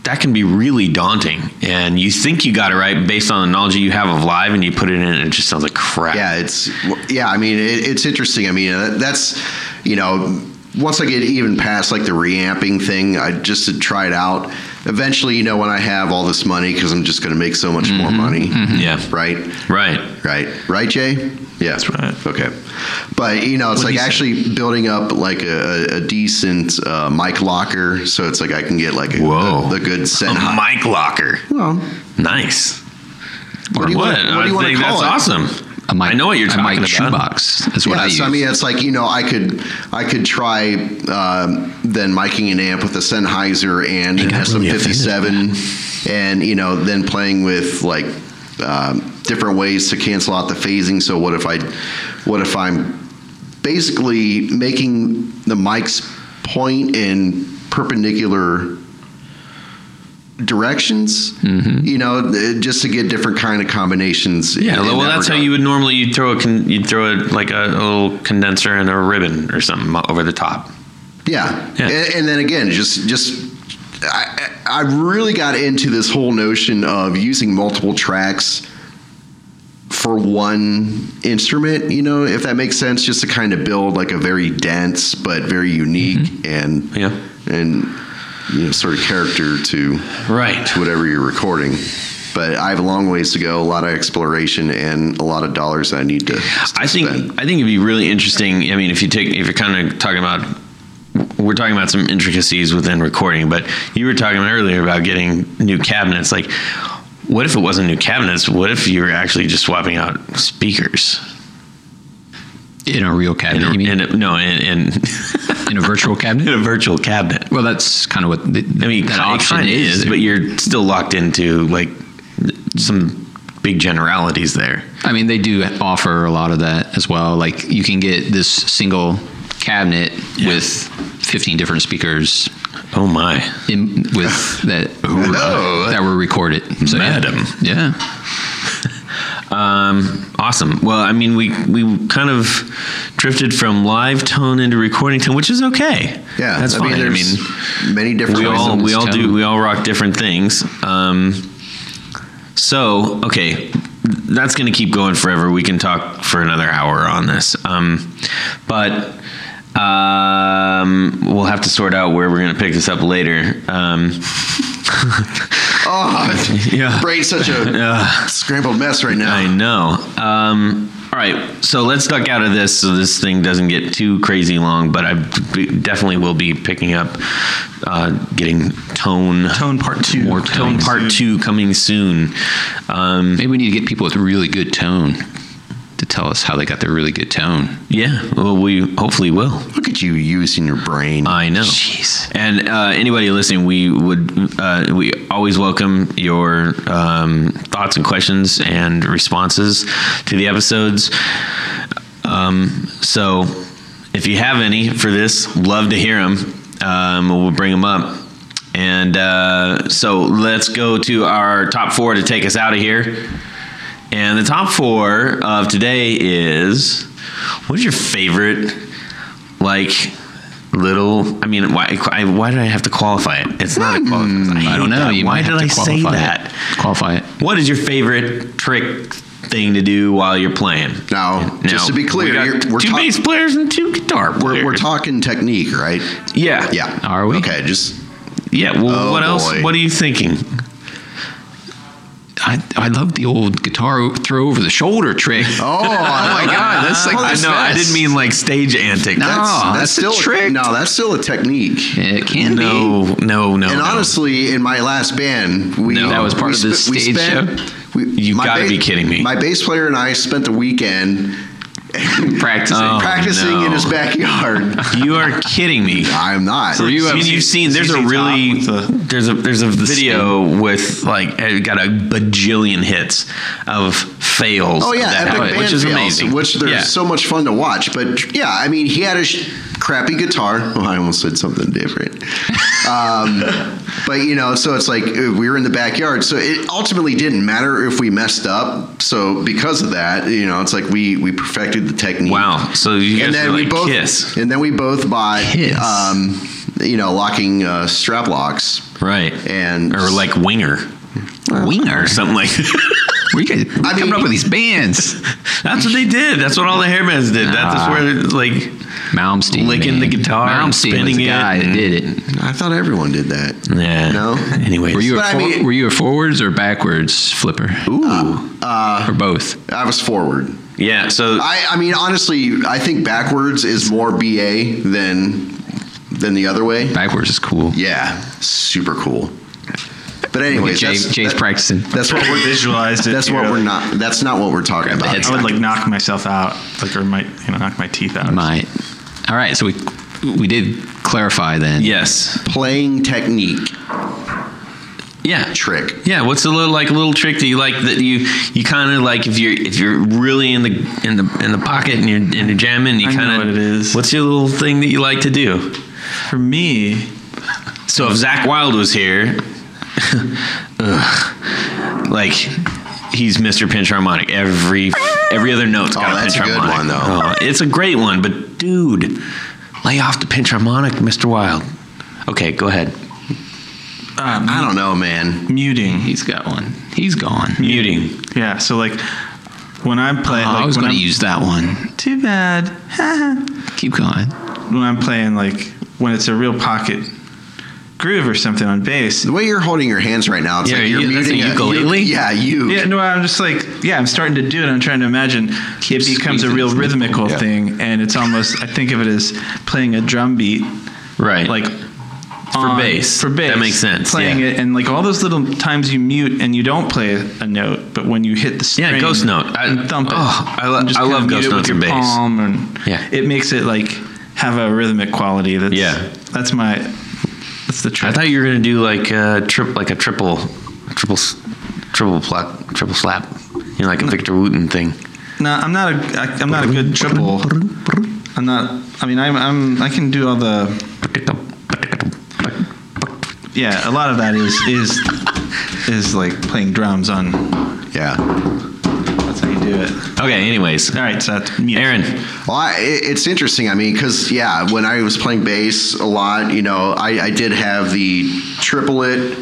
Speaker 5: that can be really daunting. And you think you got it right based on the knowledge you have of live, and you put it in, and it just sounds like crap.
Speaker 4: yeah it's yeah i mean it, it's interesting i mean that- that's you know once i get even past like the reamping thing i just to try it out eventually you know when i have all this money because i'm just going to make so much more money
Speaker 5: Mm-hmm. Yeah.
Speaker 4: right
Speaker 5: Right.
Speaker 4: right? Right, Jay? Yeah, that's
Speaker 2: right.
Speaker 4: Okay, but you know, it's
Speaker 2: What'd
Speaker 4: like
Speaker 2: he
Speaker 4: actually building up like a, a decent uh, mic locker, so it's like I can get like a,
Speaker 5: Whoa.
Speaker 4: a, a good
Speaker 5: A
Speaker 4: send.
Speaker 5: mic locker.
Speaker 4: Well,
Speaker 5: Nice.
Speaker 4: What do you wanna- what do you
Speaker 5: I
Speaker 4: wanna
Speaker 5: think
Speaker 4: call
Speaker 5: that's
Speaker 4: it?
Speaker 5: awesome.
Speaker 3: a mic.
Speaker 5: I know what you're
Speaker 3: a
Speaker 5: talking
Speaker 3: mic
Speaker 5: about.
Speaker 3: shoebox. That's what I
Speaker 4: yeah,
Speaker 3: use.
Speaker 4: so I mean, it's like you know, I could I could try um, then miking an amp with a Sennheiser and an
Speaker 5: got really
Speaker 4: SM57, and you know, then playing with like um, different ways to cancel out the phasing. So what if I, what if I'm basically making the mics point in perpendicular directions you know th- just to get different kind of combinations
Speaker 5: Mm-hmm. Yeah,
Speaker 4: in- in
Speaker 5: well,
Speaker 4: that
Speaker 5: that's how
Speaker 4: regard.
Speaker 5: you would normally you'd throw a con- you'd throw it like a, little condenser and a ribbon or something mo- over the top.
Speaker 4: Yeah,
Speaker 5: Yeah.
Speaker 4: And, and then again, just just I, I I really got into this whole notion of using multiple tracks for one instrument. You know, if that makes sense, just to kind of build like a very dense but very unique and
Speaker 5: Mm-hmm. Yeah.
Speaker 4: and you know sort of character to
Speaker 5: Right.
Speaker 4: to whatever you're recording. But I have a long ways to go, a lot of exploration, and a lot of dollars that I need to.
Speaker 5: I think
Speaker 4: spend.
Speaker 5: I think it'd be really interesting. I mean, if you take if you're kind of talking about we're talking about some intricacies within recording, but you were talking earlier about getting new cabinets. Like, what if it wasn't new cabinets? What if you were actually just swapping out speakers?
Speaker 3: in a real
Speaker 5: In
Speaker 3: cabinet,
Speaker 5: a,
Speaker 3: you mean?
Speaker 5: in a, no, in, in
Speaker 3: in a virtual
Speaker 5: in
Speaker 3: cabinet?
Speaker 5: a virtual cabinet.
Speaker 3: Well, that's kind of what the,
Speaker 5: I mean,
Speaker 3: that
Speaker 5: it
Speaker 3: option
Speaker 5: kind of is, but you're still locked into like some big generalities there.
Speaker 3: I mean, they do offer a lot of that as well. Like you can get this single cabinet with 15 different speakers
Speaker 5: Oh my,
Speaker 3: in, with that who were-
Speaker 4: Hello.
Speaker 3: that were recorded. So, yeah.
Speaker 5: Oh, Madam.
Speaker 3: Yeah.
Speaker 5: Um, awesome. Well, I mean, we we kind of drifted from live tone into recording tone, which is okay.
Speaker 4: yeah,
Speaker 5: that's fine. I mean,
Speaker 4: there's many different
Speaker 5: we
Speaker 4: ways
Speaker 5: all
Speaker 4: of-
Speaker 5: we all do
Speaker 3: tone.
Speaker 5: we all rock different things. Um, so okay, that's going to keep going forever. We can talk for another hour on this, um, but um, we'll have to sort out where we're going to pick this up later. Um,
Speaker 4: Oh,
Speaker 5: yeah.
Speaker 4: brain's such a scrambled mess right now.
Speaker 5: I know. Um, all right, so let's duck out of this so this thing doesn't get too crazy long, but I b- definitely will be picking up, uh, getting tone.
Speaker 2: Tone part two.
Speaker 5: More
Speaker 2: coming
Speaker 5: tone part
Speaker 2: soon.
Speaker 5: two coming soon. Um,
Speaker 3: Maybe we need to get people with really good tone to tell us how they got their really good tone.
Speaker 5: yeah, well, we hopefully will.
Speaker 4: Look at you using your brain.
Speaker 5: I know.
Speaker 3: Jeez.
Speaker 5: And uh, anybody listening, we would uh, we always welcome your um, thoughts and questions and responses to the episodes. Um, so if you have any for this, love to hear them. Um, we'll bring them up. And uh, so let's go to our top four to take us out of here. And the top four of today is what is your favorite, like, little? I mean, why, I, why did I have to qualify it? It's not a
Speaker 4: Hmm.
Speaker 5: qualifier.
Speaker 3: I don't know. You
Speaker 5: why
Speaker 3: might
Speaker 5: did
Speaker 3: have to
Speaker 5: I say
Speaker 3: qualify
Speaker 5: that?
Speaker 3: It. Qualify it.
Speaker 5: What is your favorite trick thing to do while you're playing?
Speaker 4: Now, just to be clear,
Speaker 5: we
Speaker 4: you're-
Speaker 5: got
Speaker 4: we're
Speaker 5: two
Speaker 4: talk-
Speaker 5: bass players and two guitar players.
Speaker 4: We're, we're talking technique, right?
Speaker 5: Yeah,
Speaker 4: Yeah.
Speaker 3: Are we?
Speaker 4: Okay, just
Speaker 5: yeah. Well,
Speaker 4: Oh,
Speaker 5: what else?
Speaker 4: boy.
Speaker 5: What are you thinking?
Speaker 3: I, I love the old guitar throw over the shoulder trick.
Speaker 4: Oh, my god, that's like
Speaker 5: I know. I didn't mean like stage antics.
Speaker 4: that's,
Speaker 3: No,
Speaker 4: that's,
Speaker 3: that's a
Speaker 4: still
Speaker 3: trick.
Speaker 4: No, that's still a technique.
Speaker 3: It can be.
Speaker 5: no, no, no.
Speaker 4: and
Speaker 5: no.
Speaker 4: honestly, in my last band, we
Speaker 3: No, that was part
Speaker 4: we
Speaker 3: of the
Speaker 4: spe- we
Speaker 3: stage
Speaker 4: spent-
Speaker 3: show?
Speaker 4: we-
Speaker 5: You've
Speaker 4: my
Speaker 5: gotta
Speaker 4: ba-
Speaker 5: be kidding me.
Speaker 4: My bass player and I spent the weekend
Speaker 3: Practicing.
Speaker 5: Oh,
Speaker 4: practicing
Speaker 5: no.
Speaker 4: in his backyard.
Speaker 5: you are kidding me.
Speaker 4: I'm not.
Speaker 5: I
Speaker 2: you
Speaker 5: mean,
Speaker 2: have
Speaker 5: you've seen
Speaker 2: seen
Speaker 5: there's a
Speaker 2: ZZ Top
Speaker 5: really
Speaker 2: with the-
Speaker 5: there's a there's a video with like it got a bajillion hits of fails.
Speaker 4: Oh yeah,
Speaker 5: of that
Speaker 4: epic
Speaker 5: album,
Speaker 4: band
Speaker 5: which is
Speaker 4: fails,
Speaker 5: amazing.
Speaker 4: Which they're
Speaker 5: Yeah.
Speaker 4: so much fun to watch. But yeah, I mean, he had a sh- crappy guitar. Oh, I almost said something different. um, but you know, so it's like uh, we were in the backyard. So it ultimately didn't matter if we messed up. So because of that, you know, it's like we we perfected the technique.
Speaker 5: wow. So you guys
Speaker 4: And then
Speaker 5: were
Speaker 4: we
Speaker 5: like,
Speaker 4: both
Speaker 5: kiss,
Speaker 4: and then we both bought
Speaker 3: Kiss.
Speaker 4: um, you know locking uh, strap locks
Speaker 5: right?
Speaker 4: and
Speaker 5: or like winger
Speaker 3: Winger.
Speaker 5: or something like.
Speaker 3: Were you guys
Speaker 4: I
Speaker 3: coming
Speaker 4: mean-
Speaker 3: up with these bands?
Speaker 5: That's what they did. That's what all the hairbands did. That's
Speaker 2: Ah.
Speaker 3: Nah.
Speaker 5: where like
Speaker 3: Malmsteen.
Speaker 5: Licking
Speaker 3: man.
Speaker 5: the guitar and
Speaker 3: Malmsteen was
Speaker 5: spinning
Speaker 3: the
Speaker 5: it
Speaker 3: guy that
Speaker 5: and-
Speaker 3: did it.
Speaker 4: I thought everyone did that.
Speaker 5: yeah.
Speaker 4: No?
Speaker 5: Anyways,
Speaker 3: Were you, a
Speaker 4: But I
Speaker 3: for,
Speaker 4: mean-
Speaker 3: were you a forwards or backwards flipper?
Speaker 4: Uh,
Speaker 3: or both?
Speaker 4: I was forward.
Speaker 5: yeah. So
Speaker 4: I, I mean, honestly, I think backwards is more BA than than the other way.
Speaker 3: Backwards is cool.
Speaker 4: Yeah, super cool. But anyways,
Speaker 3: Jay,
Speaker 4: that's,
Speaker 3: Jay's
Speaker 4: that-
Speaker 3: practicing.
Speaker 4: That's what we're
Speaker 2: Visualized it
Speaker 4: That's
Speaker 2: here.
Speaker 4: what we're not. That's not what we're talking
Speaker 3: the
Speaker 4: about.
Speaker 3: headset.
Speaker 2: I would like knock myself out, like or might you know knock my teeth out.
Speaker 3: Might. All right. So we we did clarify then.
Speaker 5: Yes.
Speaker 4: Playing technique
Speaker 5: Yeah.
Speaker 4: trick.
Speaker 5: Yeah, what's a little like a little trick that you like that you you kind of like if you're if you're really in the in the in the pocket and you're in the jamming, you
Speaker 2: I know
Speaker 5: kind of
Speaker 2: what it is.
Speaker 5: What's your little thing that you like to do?
Speaker 2: For me,
Speaker 5: So if Zach Wild was here, ugh, like he's Mr. Pinch Harmonic. Every every other note's got
Speaker 4: Oh,
Speaker 5: a
Speaker 4: that's
Speaker 5: pinch
Speaker 4: a good
Speaker 5: harmonic.
Speaker 4: one, though.
Speaker 5: Oh, it's a great one, but dude, lay off the pinch harmonic, Mr. Wild. Okay, go ahead.
Speaker 2: um,
Speaker 4: I don't know, man.
Speaker 2: muting.
Speaker 3: He's got one. He's gone.
Speaker 5: Muting.
Speaker 2: Yeah. So like when I play,
Speaker 3: Oh,
Speaker 2: like,
Speaker 3: I was
Speaker 2: when
Speaker 3: going to
Speaker 2: I'm-
Speaker 3: use that one.
Speaker 2: Too bad.
Speaker 3: Keep going.
Speaker 2: when I'm playing, like when it's a real pocket groove or something on bass.
Speaker 4: The way you're holding your hands right now, it's
Speaker 5: Yeah,
Speaker 4: like you're
Speaker 5: you- that's a
Speaker 4: muting
Speaker 5: ukulele?
Speaker 4: yeah, you.
Speaker 2: Yeah, no, I'm just like, yeah, I'm starting to do it. I'm trying to imagine it becomes a
Speaker 3: squeezing
Speaker 2: real
Speaker 3: his nipple,
Speaker 2: rhythmical
Speaker 4: yeah.
Speaker 2: thing, and it's almost. I think of it as playing a drum beat
Speaker 5: Right.
Speaker 2: like
Speaker 5: For bass.
Speaker 2: for bass
Speaker 5: That makes sense,
Speaker 2: playing
Speaker 5: yeah.
Speaker 2: it and like all those little times you mute and you don't play a note but when you hit the string
Speaker 5: Yeah, ghost note. I-
Speaker 2: and thump it
Speaker 5: oh, I lo-
Speaker 2: and just
Speaker 5: I
Speaker 2: kinda
Speaker 5: love
Speaker 2: mute
Speaker 5: ghost
Speaker 2: it with
Speaker 5: notes
Speaker 2: your
Speaker 5: and bass.
Speaker 2: palm and
Speaker 5: Yeah.
Speaker 2: it makes it like have a rhythmic quality that's
Speaker 5: Yeah.
Speaker 2: that's my that's the
Speaker 5: I
Speaker 2: trick
Speaker 5: thought you were gonna do like a trip, like a triple, triple, s- triple plot, triple slap. You know, like a Victor Wooten thing.
Speaker 2: no i'm not a I, i'm not a good triple i'm not i mean i'm, I'm i can do all the yeah a lot of that is is is like playing drums on
Speaker 4: yeah.
Speaker 2: that's how you do it
Speaker 5: Okay. Anyways,
Speaker 2: all right so that's mute.
Speaker 5: Aaron.
Speaker 4: Well, I, it- it's interesting. I mean, because yeah, when I was playing bass a lot, you know, I, I did have the triplet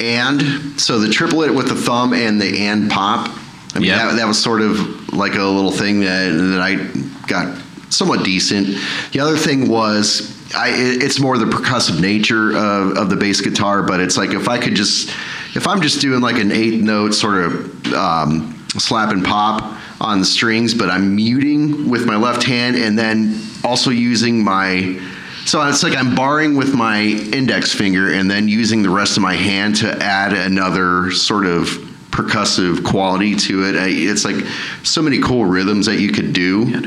Speaker 4: and so the triplet with the thumb and the and pop. I mean,
Speaker 5: Yeah.
Speaker 4: that, that was sort of like a little thing that that I got somewhat decent. The other thing was. I, it- it's more the percussive nature of, of the bass guitar, but it's like if I could just, if I'm just doing like an eighth note sort of um, slap and pop on the strings, but I'm muting with my left hand and then also using my. So it's like I'm barring with my index finger and then using the rest of my hand to add another sort of percussive quality to it. I- It's like so many cool rhythms that you could do.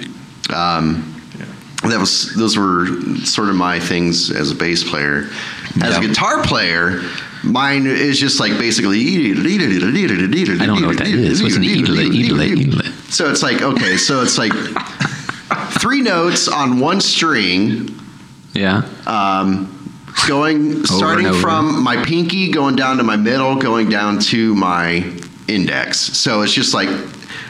Speaker 4: Um, that was those were sort of my things as a bass player. As a
Speaker 5: Yeah.
Speaker 4: guitar player, mine is just like basically.
Speaker 3: I don't know what that is. What's an eatlet? Eatlet? Eatlet?
Speaker 4: So it's like okay, so it's like three notes on one string,
Speaker 3: Yeah.
Speaker 4: um, going starting
Speaker 3: over.
Speaker 4: from my pinky, going down to my middle, going down to my index. So it's just like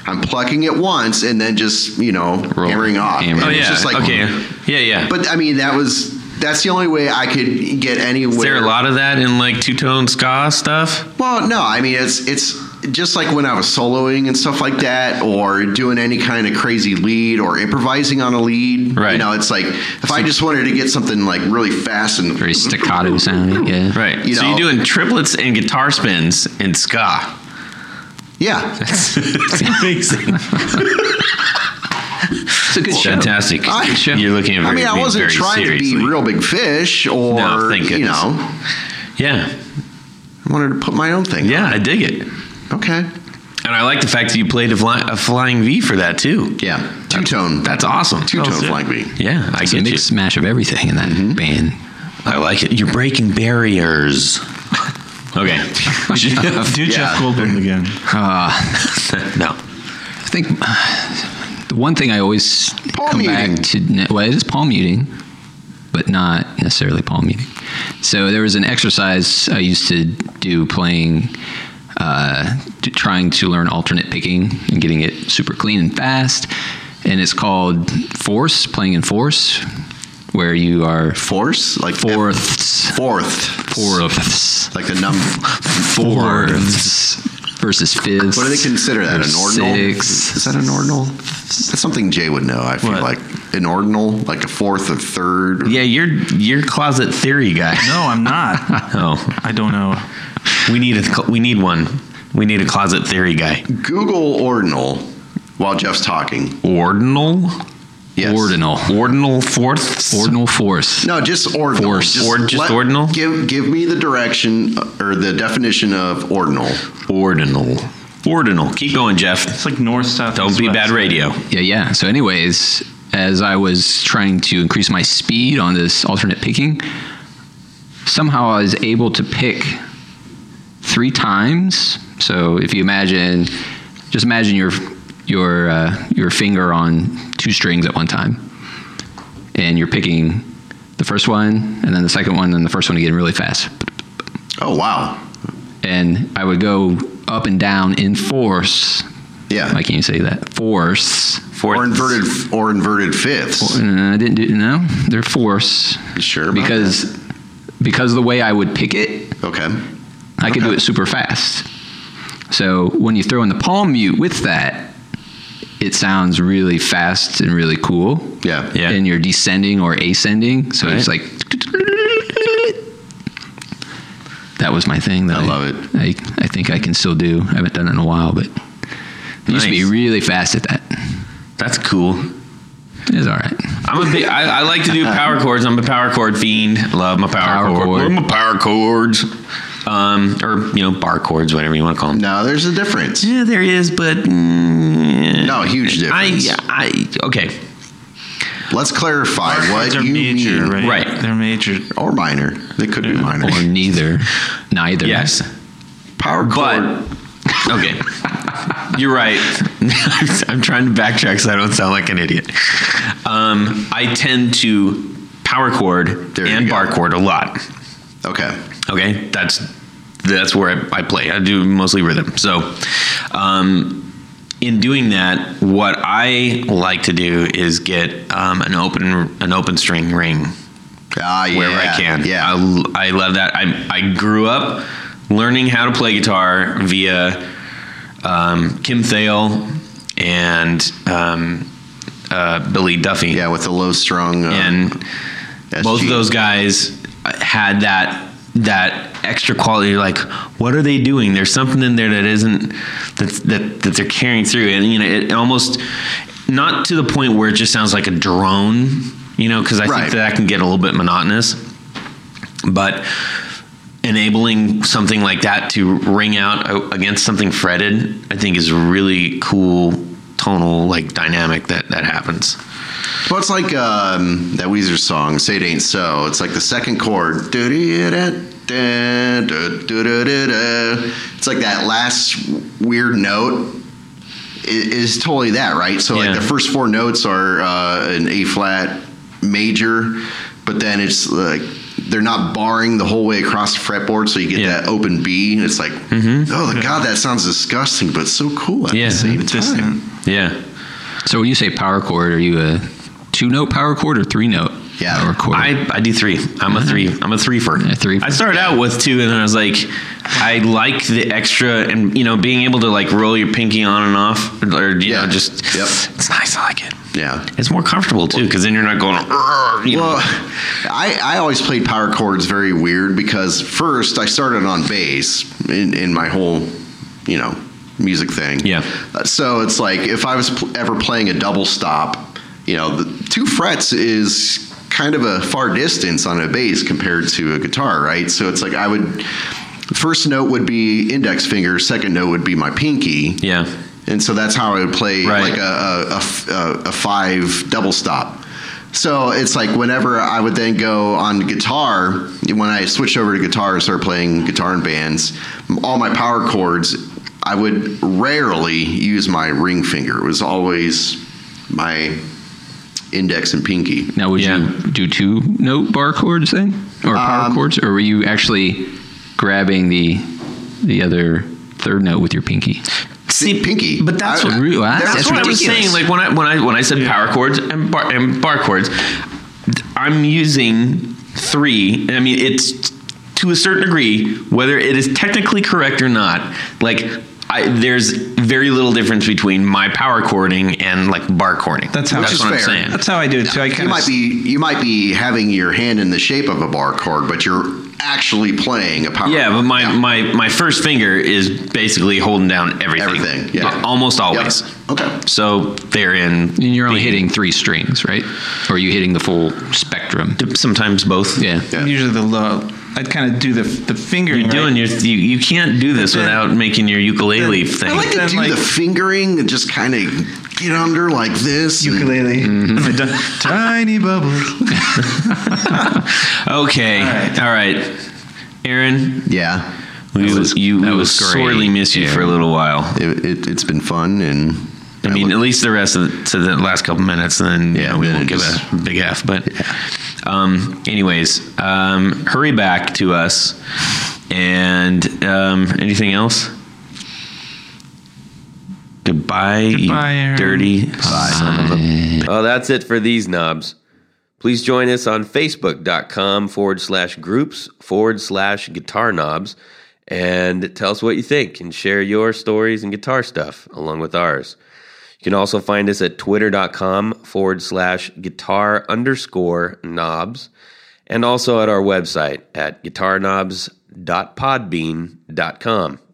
Speaker 4: I'm plucking it once and then just you know
Speaker 3: Roll.
Speaker 4: hammering off.
Speaker 3: Hammer.
Speaker 5: Oh
Speaker 4: And it's
Speaker 5: yeah.
Speaker 4: just like
Speaker 5: okay. Yeah, yeah. But
Speaker 4: But I mean that was that's the only way I could get anywhere.
Speaker 5: is there a lot of that in like two tone ska stuff?
Speaker 4: Well, no, I mean it's it's just like when I was soloing and stuff like that, or doing any kind of crazy lead or improvising on a lead.
Speaker 5: Right.
Speaker 4: You know, it's like if I just wanted to get something like really fast and
Speaker 3: Very staccato sounding. Yeah.
Speaker 5: Right.
Speaker 4: You
Speaker 5: so
Speaker 4: know-
Speaker 5: you're doing triplets and guitar spins in ska.
Speaker 4: yeah,
Speaker 5: That's amazing.
Speaker 3: It's a good show.
Speaker 5: Fantastic.
Speaker 4: I-
Speaker 5: You're looking at
Speaker 4: I mean, I
Speaker 5: being
Speaker 4: wasn't
Speaker 5: very
Speaker 4: trying to
Speaker 5: seriously.
Speaker 4: be real big fish, or
Speaker 5: No, thank
Speaker 4: you
Speaker 5: goodness.
Speaker 4: know,
Speaker 5: Yeah.
Speaker 4: I wanted to put my own thing.
Speaker 5: Yeah, I dig it.
Speaker 4: Okay.
Speaker 5: And I like the fact that you played a, fly, a flying V for that too.
Speaker 4: Yeah. Two tone.
Speaker 5: That's awesome.
Speaker 4: two tone flank me.
Speaker 5: Yeah, I
Speaker 3: It's
Speaker 5: get
Speaker 3: a
Speaker 5: you. Mm-hmm.
Speaker 3: mixed smash of everything in that band.
Speaker 5: I like it. You're breaking barriers. Okay.
Speaker 2: do
Speaker 4: Yeah.
Speaker 2: Jeff Goldblum again.
Speaker 5: no.
Speaker 3: I think uh, the one thing I always
Speaker 4: Palm
Speaker 3: come
Speaker 4: muting.
Speaker 3: back to, well, it is palm muting, but not necessarily palm muting. So there was an exercise I used to do playing, uh, t- trying to learn alternate picking and getting it super clean and fast. And it's called force, playing in force, where you are
Speaker 4: Force like
Speaker 3: fourths,
Speaker 4: Fourth.
Speaker 3: fourths,
Speaker 4: Like the number.
Speaker 3: fourths versus fifths.
Speaker 4: What do they consider that? An
Speaker 3: Or
Speaker 4: ordinal?
Speaker 3: six.
Speaker 4: Is that an ordinal? That's something Jay would know. I feel
Speaker 2: What?
Speaker 4: like an ordinal, like a fourth or third.
Speaker 5: Yeah, you're you're closet theory guy.
Speaker 2: No, I'm not.
Speaker 5: Oh,
Speaker 2: I don't know.
Speaker 5: we need a cl- we need one. We need a closet theory guy.
Speaker 4: Google ordinal while Jeff's talking.
Speaker 5: Ordinal?
Speaker 4: Yes.
Speaker 3: Ordinal.
Speaker 5: Ordinal fourths.
Speaker 3: Ordinal force.
Speaker 4: No, just ordinal.
Speaker 3: Force.
Speaker 5: Or just ordinal?
Speaker 4: Give give me the direction uh, or the definition of ordinal.
Speaker 5: ordinal. Ordinal. Keep going, Jeff.
Speaker 2: It's like north, south.
Speaker 5: Don't
Speaker 2: east,
Speaker 5: be
Speaker 2: west.
Speaker 5: bad radio.
Speaker 3: Yeah, yeah. So, anyways, as I was trying to increase my speed on this alternate picking, somehow I was able to pick three times. So, if you imagine, just imagine your your uh, your finger on two strings at one time, and you're picking the first one, and then the second one, and the first one again, really fast.
Speaker 4: Oh wow.
Speaker 3: And I would go up and down in force.
Speaker 4: Yeah.
Speaker 3: Why can't you say that? Force.
Speaker 4: or inverted f- or inverted fifths.
Speaker 3: Uh, I didn't do no. They're force
Speaker 4: You sure. about
Speaker 3: because because the way I would pick it,
Speaker 4: that? okay.
Speaker 3: I could do
Speaker 4: Okay.
Speaker 3: it super fast. So when you throw in the palm mute with that, it sounds really fast and really cool.
Speaker 4: Yeah.
Speaker 5: Yeah.
Speaker 3: And you're descending or ascending, so it's like. That was my thing. That
Speaker 4: I love it.
Speaker 3: I, I think I can still do. I haven't done it in a while, but it used to be
Speaker 5: Nice.
Speaker 3: really fast at that.
Speaker 5: That's cool.
Speaker 3: It's all right.
Speaker 5: I'm a big. I, I like to do power chords. I'm a power chord fiend. Love my power,
Speaker 3: Power
Speaker 5: chord.
Speaker 3: chord.
Speaker 5: I'm a power chords. Um, or you know, bar chords, whatever you want to call them.
Speaker 4: No, there's a difference.
Speaker 5: Yeah, there is, but mm,
Speaker 4: No, huge
Speaker 5: I,
Speaker 4: difference.
Speaker 5: I, okay.
Speaker 4: Let's clarify what
Speaker 2: These are
Speaker 4: you
Speaker 2: major,
Speaker 4: mean.
Speaker 2: right?
Speaker 5: Right.
Speaker 2: They're major.
Speaker 4: Or minor. They could be minor.
Speaker 3: Or neither. Neither.
Speaker 5: Yes.
Speaker 4: Power chord.
Speaker 5: But okay, you're right. I'm trying to backtrack so I don't sound like an idiot. Um, I tend to power chord
Speaker 4: There you
Speaker 5: and
Speaker 4: go.
Speaker 5: bar chord a lot.
Speaker 4: okay.
Speaker 5: Okay, that's that's where I, I play. I do mostly rhythm. So, um, in doing that, what I like to do is get um, an open an open string ring
Speaker 4: Ah, yeah.
Speaker 5: wherever I can.
Speaker 4: Yeah.
Speaker 5: I, I love that. I I grew up learning how to play guitar via um, Kim Thale and um, uh, Billy Duffy
Speaker 4: yeah, with the low strung. Uh,
Speaker 5: and
Speaker 4: SG.
Speaker 5: both of those guys had that that extra quality like what are they doing there's something in there that isn't that that, that they're carrying through and you know it almost not to the point where it just sounds like a drone you know because i
Speaker 4: Right.
Speaker 5: think that can get a little bit monotonous but enabling something like that to ring out a- against something fretted i think is really cool tonal like dynamic that that happens
Speaker 4: Well, it's like um, that Weezer song, Say It Ain't So. It's like the second chord. Do-do-do-do-do-do-do-do-do. It's like that last weird note i- is totally that, right? So,
Speaker 5: Yeah.
Speaker 4: like, the first four notes are uh, an A flat major, but then it's like they're not barring the whole way across the fretboard, so you get
Speaker 5: Yeah. Mm-hmm.
Speaker 4: that open B, and it's like, oh, the God, that sounds disgusting, but so cool at
Speaker 5: Yeah.
Speaker 4: the same
Speaker 2: It's just-
Speaker 4: time.
Speaker 5: yeah
Speaker 3: So when you say power chord, are you a two note power chord or three note?
Speaker 4: Yeah.
Speaker 3: power chord.
Speaker 5: I, I do three. I'm a three. I'm a three for
Speaker 3: A threefer.
Speaker 5: I started out with two, and then I was like, I like the extra, and you know, being able to like roll your pinky on and off, or you
Speaker 4: Yeah.
Speaker 5: know, just
Speaker 4: Yep.
Speaker 5: it's nice. I like it.
Speaker 4: Yeah.
Speaker 5: It's more comfortable too, because then you're not going. "Arr," You
Speaker 4: Well,
Speaker 5: know.
Speaker 4: I, I always played power chords very weird because first I started on bass in, in my whole, you know, music thing.
Speaker 5: Yeah.
Speaker 4: Uh, So it's like if I was pl- ever playing a double stop, you know, the two frets is kind of a far distance on a bass compared to a guitar, right? So it's like I would, first note would be index finger, second note would be my pinky.
Speaker 5: Yeah.
Speaker 4: And so that's how I would play
Speaker 5: Right.
Speaker 4: like a, a- a f- a- a five double stop. So it's like whenever I would then go on guitar, when I switched over to guitar and started playing guitar in bands, all my power chords, I would rarely use my ring finger. It was always my index and pinky.
Speaker 3: now would
Speaker 5: Yeah.
Speaker 3: you do two note bar chords then, or power
Speaker 4: Um,
Speaker 3: chords, or were you actually grabbing the the other third note with your pinky?
Speaker 5: See,
Speaker 4: pinky.
Speaker 5: But that's
Speaker 4: I-
Speaker 5: what
Speaker 3: Really? Wow,
Speaker 5: that's,
Speaker 3: that's
Speaker 5: what I was
Speaker 3: ridiculous.
Speaker 5: saying. Like when I when I when I said power chords and bar, and bar chords, th- I'm using three. and I mean, it's to a certain degree whether it is technically correct or not. Like. I, there's very little difference between my power chording and like bar chording.
Speaker 2: That's how-
Speaker 5: that's
Speaker 4: Which
Speaker 5: what
Speaker 4: is
Speaker 5: I'm
Speaker 4: fair.
Speaker 5: saying.
Speaker 2: That's how I do it too. I
Speaker 4: You
Speaker 2: kind
Speaker 4: might
Speaker 2: of
Speaker 4: be you might be having your hand in the shape of a bar chord, but you're actually playing a power.
Speaker 5: Yeah, but my,
Speaker 4: Yeah.
Speaker 5: my my first finger is basically holding down everything.
Speaker 4: Everything, yeah.
Speaker 5: Almost
Speaker 4: Yep.
Speaker 5: always.
Speaker 4: Okay.
Speaker 5: So they're in
Speaker 3: And you're only hitting three strings, right? Or are you hitting the full spectrum?
Speaker 5: sometimes both.
Speaker 3: Yeah.
Speaker 4: Yeah.
Speaker 2: Usually the low. I'd kind of do the the fingering.
Speaker 5: You're doing
Speaker 2: right?
Speaker 5: your you, you can't do this
Speaker 2: But then-
Speaker 5: without making your ukulele thing.
Speaker 4: I like to
Speaker 2: Then,
Speaker 4: do
Speaker 2: like-
Speaker 4: the fingering and just kind of get under like this. and-
Speaker 2: ukulele.
Speaker 5: Mm-hmm.
Speaker 2: Tiny bubbles.
Speaker 5: okay. All
Speaker 2: right.
Speaker 5: right. Aaron,
Speaker 4: yeah,
Speaker 5: we,
Speaker 3: was-
Speaker 5: you
Speaker 3: that
Speaker 5: we will
Speaker 3: was great,
Speaker 5: sorely miss you for a
Speaker 3: Aaron.
Speaker 5: little while.
Speaker 4: it, it, it's been fun and.
Speaker 5: I mean, at least the rest of the, to the last couple minutes, and then you
Speaker 4: Yeah,
Speaker 5: know, we
Speaker 4: then
Speaker 5: won't
Speaker 4: it
Speaker 5: give
Speaker 4: just-
Speaker 5: a big F. But, um, anyways, um, hurry back to us. And um, anything else? Goodbye,
Speaker 2: Goodbye,
Speaker 5: you
Speaker 2: Aaron.
Speaker 5: dirty son of a
Speaker 1: Well, that's it for these knobs. Please join us on facebook.com forward slash groups forward slash guitar knobs and tell us what you think and share your stories and guitar stuff along with ours. You can also find us at twitter.com forward slash guitar underscore knobs and also at our website at guitarknobs.podbean.com.